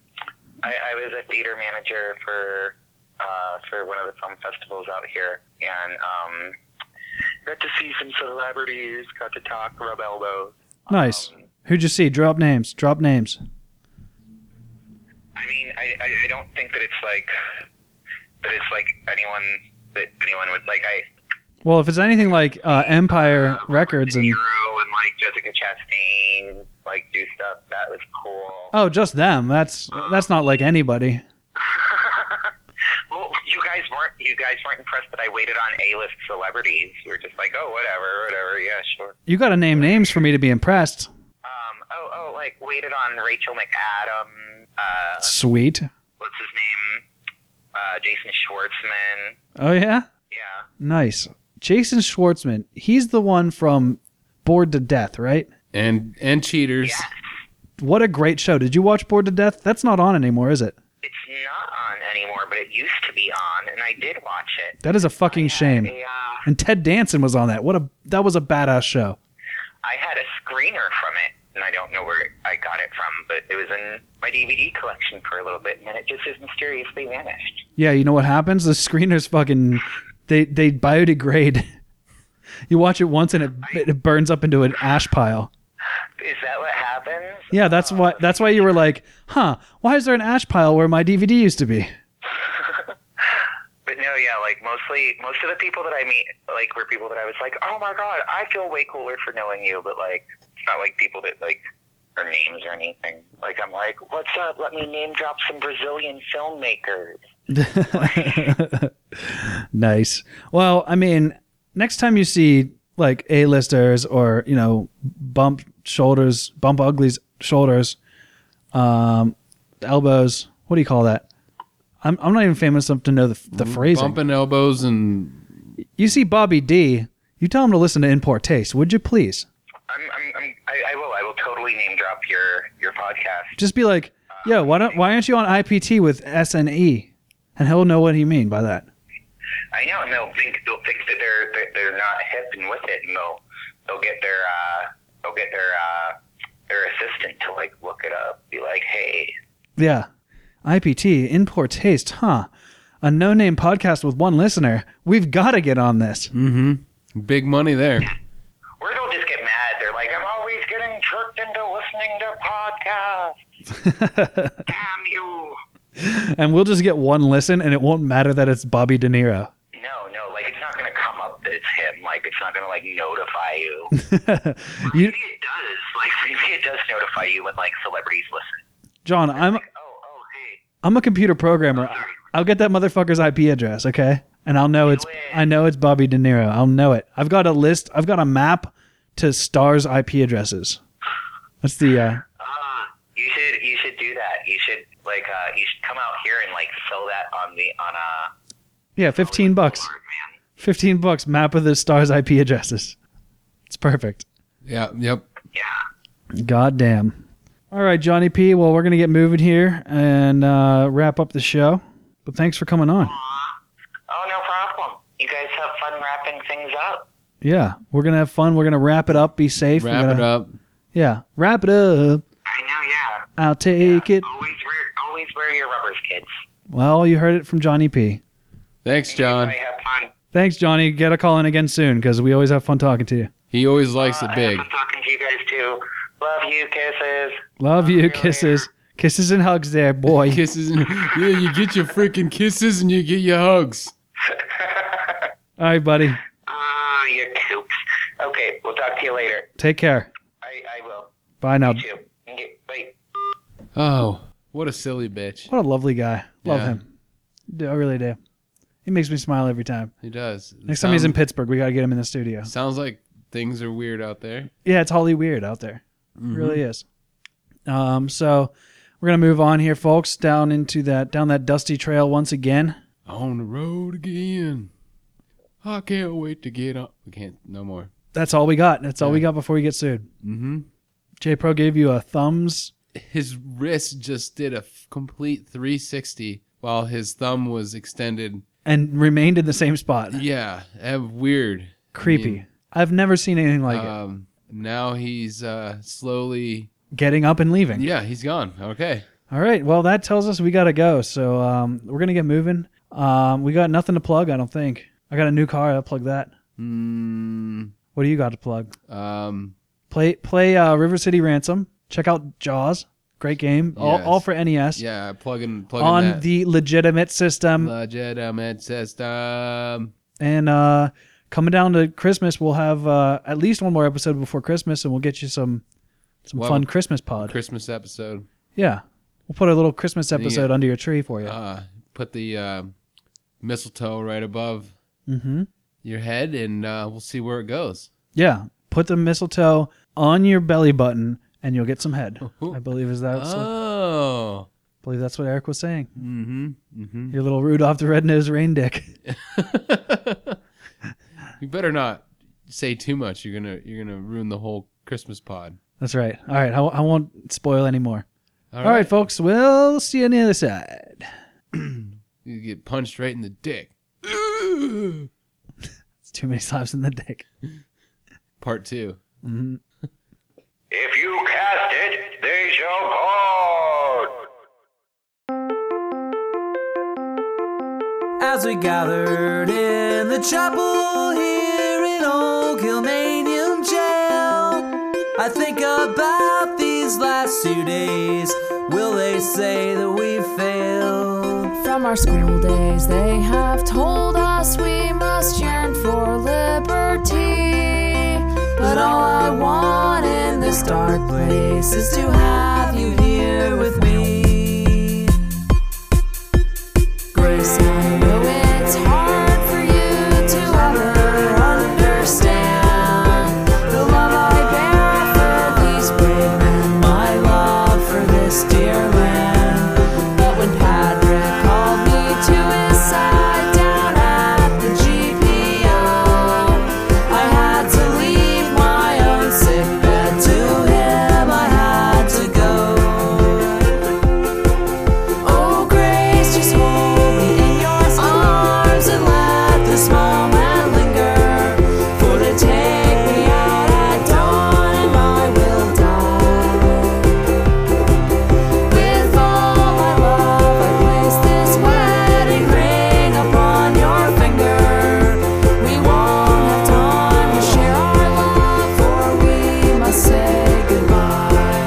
Speaker 2: I, I was a theater manager for, uh, for one of the film festivals out here, and um, got to see some celebrities. Got to talk, rub elbows. Um,
Speaker 4: Nice. Who'd you see? Drop names. Drop names.
Speaker 2: I mean, I, I, I don't think that it's like that it's like anyone that anyone would like. I
Speaker 4: Well, if it's anything like uh, Empire Records and
Speaker 2: Hero and like Jessica Chastain like do stuff that was cool.
Speaker 4: oh, just them. That's that's not like anybody.
Speaker 2: Well, you guys weren't you guys weren't impressed that I waited on A list celebrities. You were just like, oh, whatever, whatever, yeah, sure.
Speaker 4: You got to name names for me to be impressed.
Speaker 2: Um, oh, oh, like waited on Rachel McAdams. Uh,
Speaker 4: Sweet.
Speaker 2: what's his name? Uh, Jason Schwartzman.
Speaker 4: Oh yeah.
Speaker 2: Yeah.
Speaker 4: Nice. Jason Schwartzman, he's the one from Bored to Death, right?
Speaker 1: and and cheaters.
Speaker 4: What a great show. Did you watch Bored to Death? That's not on anymore, is it?
Speaker 2: It's not on anymore, but it used to be on, and I did watch it.
Speaker 4: That is a fucking shame.
Speaker 2: A, uh,
Speaker 4: And Ted Danson was on that. What a that was a badass show.
Speaker 2: I had a screener from it, and I don't know where I got it from, but it was in my DVD collection for a little bit, and then it just has mysteriously vanished.
Speaker 4: Yeah, you know what happens? The screeners fucking they they biodegrade. You watch it once and it it burns up into an ash pile.
Speaker 2: Is that what happens?
Speaker 4: Yeah, that's why that's why you were like, "Huh, why is there an ash pile where my DVD used to be?"
Speaker 2: But no, yeah, like mostly, most of the people that I meet, like, were people that I was like, oh my god, I feel way cooler for knowing you, but like, it's not like people that like are names or anything. Like, I'm like, what's up? Let me name drop some Brazilian filmmakers.
Speaker 4: nice. Well, I mean, next time you see like A-listers or, you know, bump shoulders, bump uglies shoulders, um, elbows, what do you call that? I'm, I'm not even famous enough to know the, the phrasing.
Speaker 1: Bumping elbows and
Speaker 4: You see Bobby D, you tell him to listen to Import Taste, would you please?
Speaker 2: I'm, I'm, I'm I, I will, I will totally name drop your your podcast.
Speaker 4: Just be like, yo, why don't why aren't you on IPT with SNE? And he'll know what he mean by that.
Speaker 2: I know, and they'll think they'll think that they're that they're not hip and with it, and they'll they'll get their uh, they'll get their uh, their assistant to like look it up, be like, hey,
Speaker 4: Yeah. IPT, in poor taste, huh? A no name podcast with one listener. We've got to get on this.
Speaker 1: big money there.
Speaker 2: or they'll just get mad. They're like, I'm always getting tricked into listening to podcasts. Damn you!
Speaker 4: And we'll just get one listen and it won't matter that it's Bobby De Niro.
Speaker 2: No, no, like it's not gonna come up that it's him. Like it's not gonna like notify you.
Speaker 4: You,
Speaker 2: maybe it does. Like maybe it does notify you when like celebrities listen.
Speaker 4: John, I'm
Speaker 2: Oh, oh, hey.
Speaker 4: I'm a computer programmer. I'll get that motherfucker's IP address, okay? And I'll know it's I know it's Bobby De Niro. I'll know it. I've got a list. I've got a map to stars IP addresses. That's the uh,
Speaker 2: You should you should do that. You should like uh you should come out here and like sell that on the on a
Speaker 4: yeah, 15 bucks.
Speaker 2: man.
Speaker 4: 15 bucks map of the stars IP addresses. It's perfect.
Speaker 1: Yeah. Yep.
Speaker 2: Yeah.
Speaker 4: God damn. All right, Johnny P. Well, we're going to get moving here and uh, wrap up the show. But thanks for coming on.
Speaker 2: Oh no problem. You guys have fun wrapping things up.
Speaker 4: Yeah, we're going to have fun. We're going to wrap it up. Be safe. We're
Speaker 1: Wrap it
Speaker 4: gonna-
Speaker 1: up.
Speaker 4: Yeah, wrap it up.
Speaker 2: I know, yeah.
Speaker 4: I'll take it.
Speaker 2: Always wear always wear your rubbers, kids.
Speaker 4: Well, you heard it from Johnny P.
Speaker 1: Thanks, John.
Speaker 2: I have fun.
Speaker 4: Thanks, Johnny. Get a call in again soon because we always have fun talking to you.
Speaker 1: He always likes it
Speaker 2: I
Speaker 1: big.
Speaker 2: have fun talking to you guys too. Love you, kisses.
Speaker 4: Love you. Kisses. Kisses and hugs there, boy.
Speaker 1: Kisses. And, yeah, you get your freaking kisses and you get your hugs.
Speaker 4: All right, buddy.
Speaker 2: Ah, you coops. Okay, we'll talk to you later.
Speaker 4: Take care.
Speaker 2: I, I will
Speaker 4: Bye now.
Speaker 2: too. Okay, bye.
Speaker 1: Oh, what a silly bitch.
Speaker 4: What a lovely guy. Love
Speaker 1: Yeah.
Speaker 4: him. Do- I really do. He makes me smile every time.
Speaker 1: He does.
Speaker 4: Next time he's in
Speaker 1: Sound-
Speaker 4: Pittsburgh, we got to get him in the studio.
Speaker 1: Sounds like things are weird out there.
Speaker 4: Yeah, it's Holly Weird out there.
Speaker 1: Mm-hmm.
Speaker 4: It really is. Um, so we're gonna move on here, folks, down into that down that dusty trail once again.
Speaker 1: On the road again. I can't wait to get on. We can't. No more.
Speaker 4: That's all we got. That's all we got before we get sued.
Speaker 1: Mm-hmm.
Speaker 4: J Pro gave you a thumbs.
Speaker 1: His wrist just did a f- complete 360 while his thumb was extended.
Speaker 4: And remained in the same spot.
Speaker 1: Yeah, eh, weird.
Speaker 4: Creepy. I've never seen anything like
Speaker 1: Um, now he's uh, slowly.
Speaker 4: it. Getting up and leaving.
Speaker 1: Yeah, he's gone. Okay.
Speaker 4: All right. Well, that tells us we got to go. So um, we're going to get moving. Um, we got nothing to plug, I don't think. I got a new car. I'll plug that.
Speaker 1: Mm,
Speaker 4: What do you got to plug?
Speaker 1: um,
Speaker 4: Play play uh, River City Ransom. Check out Jaws. Great game. All,
Speaker 1: Yes.
Speaker 4: all for NES.
Speaker 1: yeah, plug in, plug
Speaker 4: On
Speaker 1: in that.
Speaker 4: the legitimate system.
Speaker 1: legitimate system.
Speaker 4: and uh, coming down to Christmas, we'll have uh, at least one more episode before Christmas, and we'll get you some some
Speaker 1: Well,
Speaker 4: fun Christmas pod.
Speaker 1: Christmas episode.
Speaker 4: yeah. We'll put a little Christmas episode under your tree for you.
Speaker 1: Uh, put the uh, mistletoe right above
Speaker 4: mm-hmm.
Speaker 1: your head, and uh, we'll see where it goes.
Speaker 4: Yeah, put the mistletoe on your belly button, and you'll get some head. I believe is that. I
Speaker 1: Oh.
Speaker 4: believe that's what Eric was saying.
Speaker 1: Mm-hmm. Mm-hmm.
Speaker 4: Your little Rudolph the Red-Nosed Rain Dick.
Speaker 1: you better not say too much. You're gonna you're gonna ruin the whole Christmas pod.
Speaker 4: That's right. All right, I, I won't spoil anymore. All right.
Speaker 1: right.
Speaker 4: folks. We'll see you on the other side.
Speaker 1: You get punched right in the dick.
Speaker 4: It's too many slaps in the dick.
Speaker 1: Part two.
Speaker 4: hmm
Speaker 2: If you cast it, they shall fall.
Speaker 7: As we gathered in the chapel here in Old Kilmanium Jail, I think about these last two days. Will they say that we failed?
Speaker 8: From our school days, they have told us we must yearn for liberty. But all I want in this dark place is to have you here with me. Grace, I know it's hard for you to ever understand the love I bear for these brave men, my love for this dear land. But when Patrick called me to his side down at the GPO, I had to leave my own sick bed to him. I had to go. Oh, grace, just hold me in your arms and let this moment linger. For to take me out at dawn and I will die. With all my love, I place this wedding ring upon your finger. We won't have time to share our love, for we must say goodbye.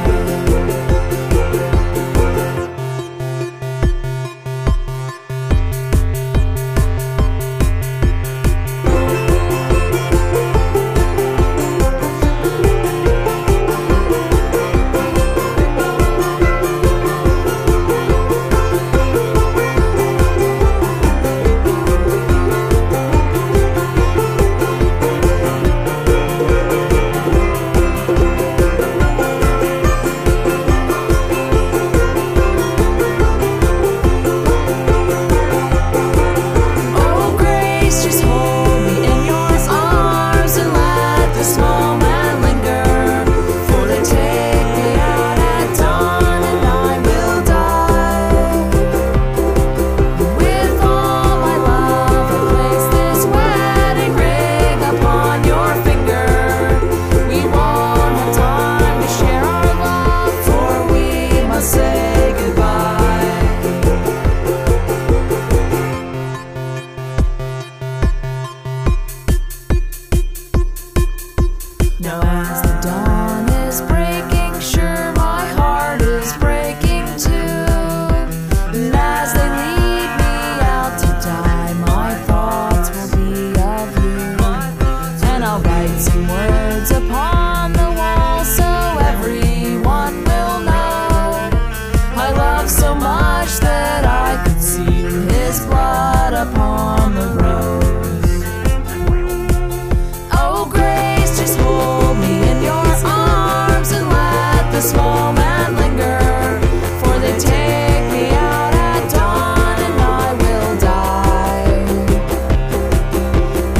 Speaker 8: Oh, grace, just hold me in your arms and let this moment linger. For they take me out at dawn and I will die. With all my love, I place this wedding ring upon your finger. We won't have time to share our love, for we must say goodbye. Now as the dawn is breaking, sure my heart is breaking too. And as they lead me out to die, my thoughts will be of you. And I'll write some words upon the wall so everyone will know. I love so much that I could see his blood upon the rose. Oh, grace, just hold me in your arms and let this moment linger. For they take me out at dawn and I will die.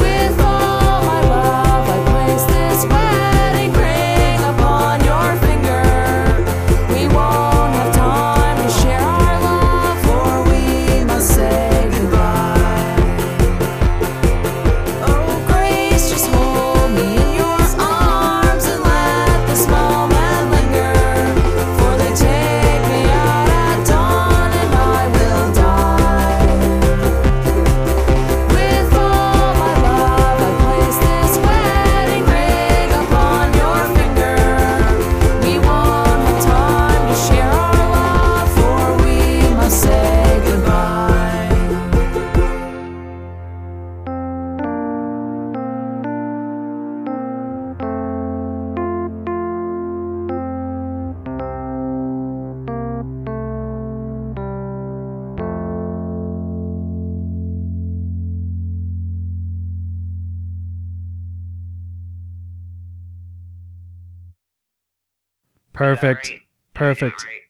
Speaker 8: With all my love, I place this wedding ring upon your finger. We won't have time to share our love, for we must say goodbye. Oh, grace, just hold me in your arms and let this moment linger. For they take me out at dawn and I will die. With all my love, I place this wedding ring upon your finger. We won't have time to share our love, for we must say goodbye.
Speaker 4: Perfect.
Speaker 2: Sorry.
Speaker 4: Perfect.
Speaker 2: Sorry.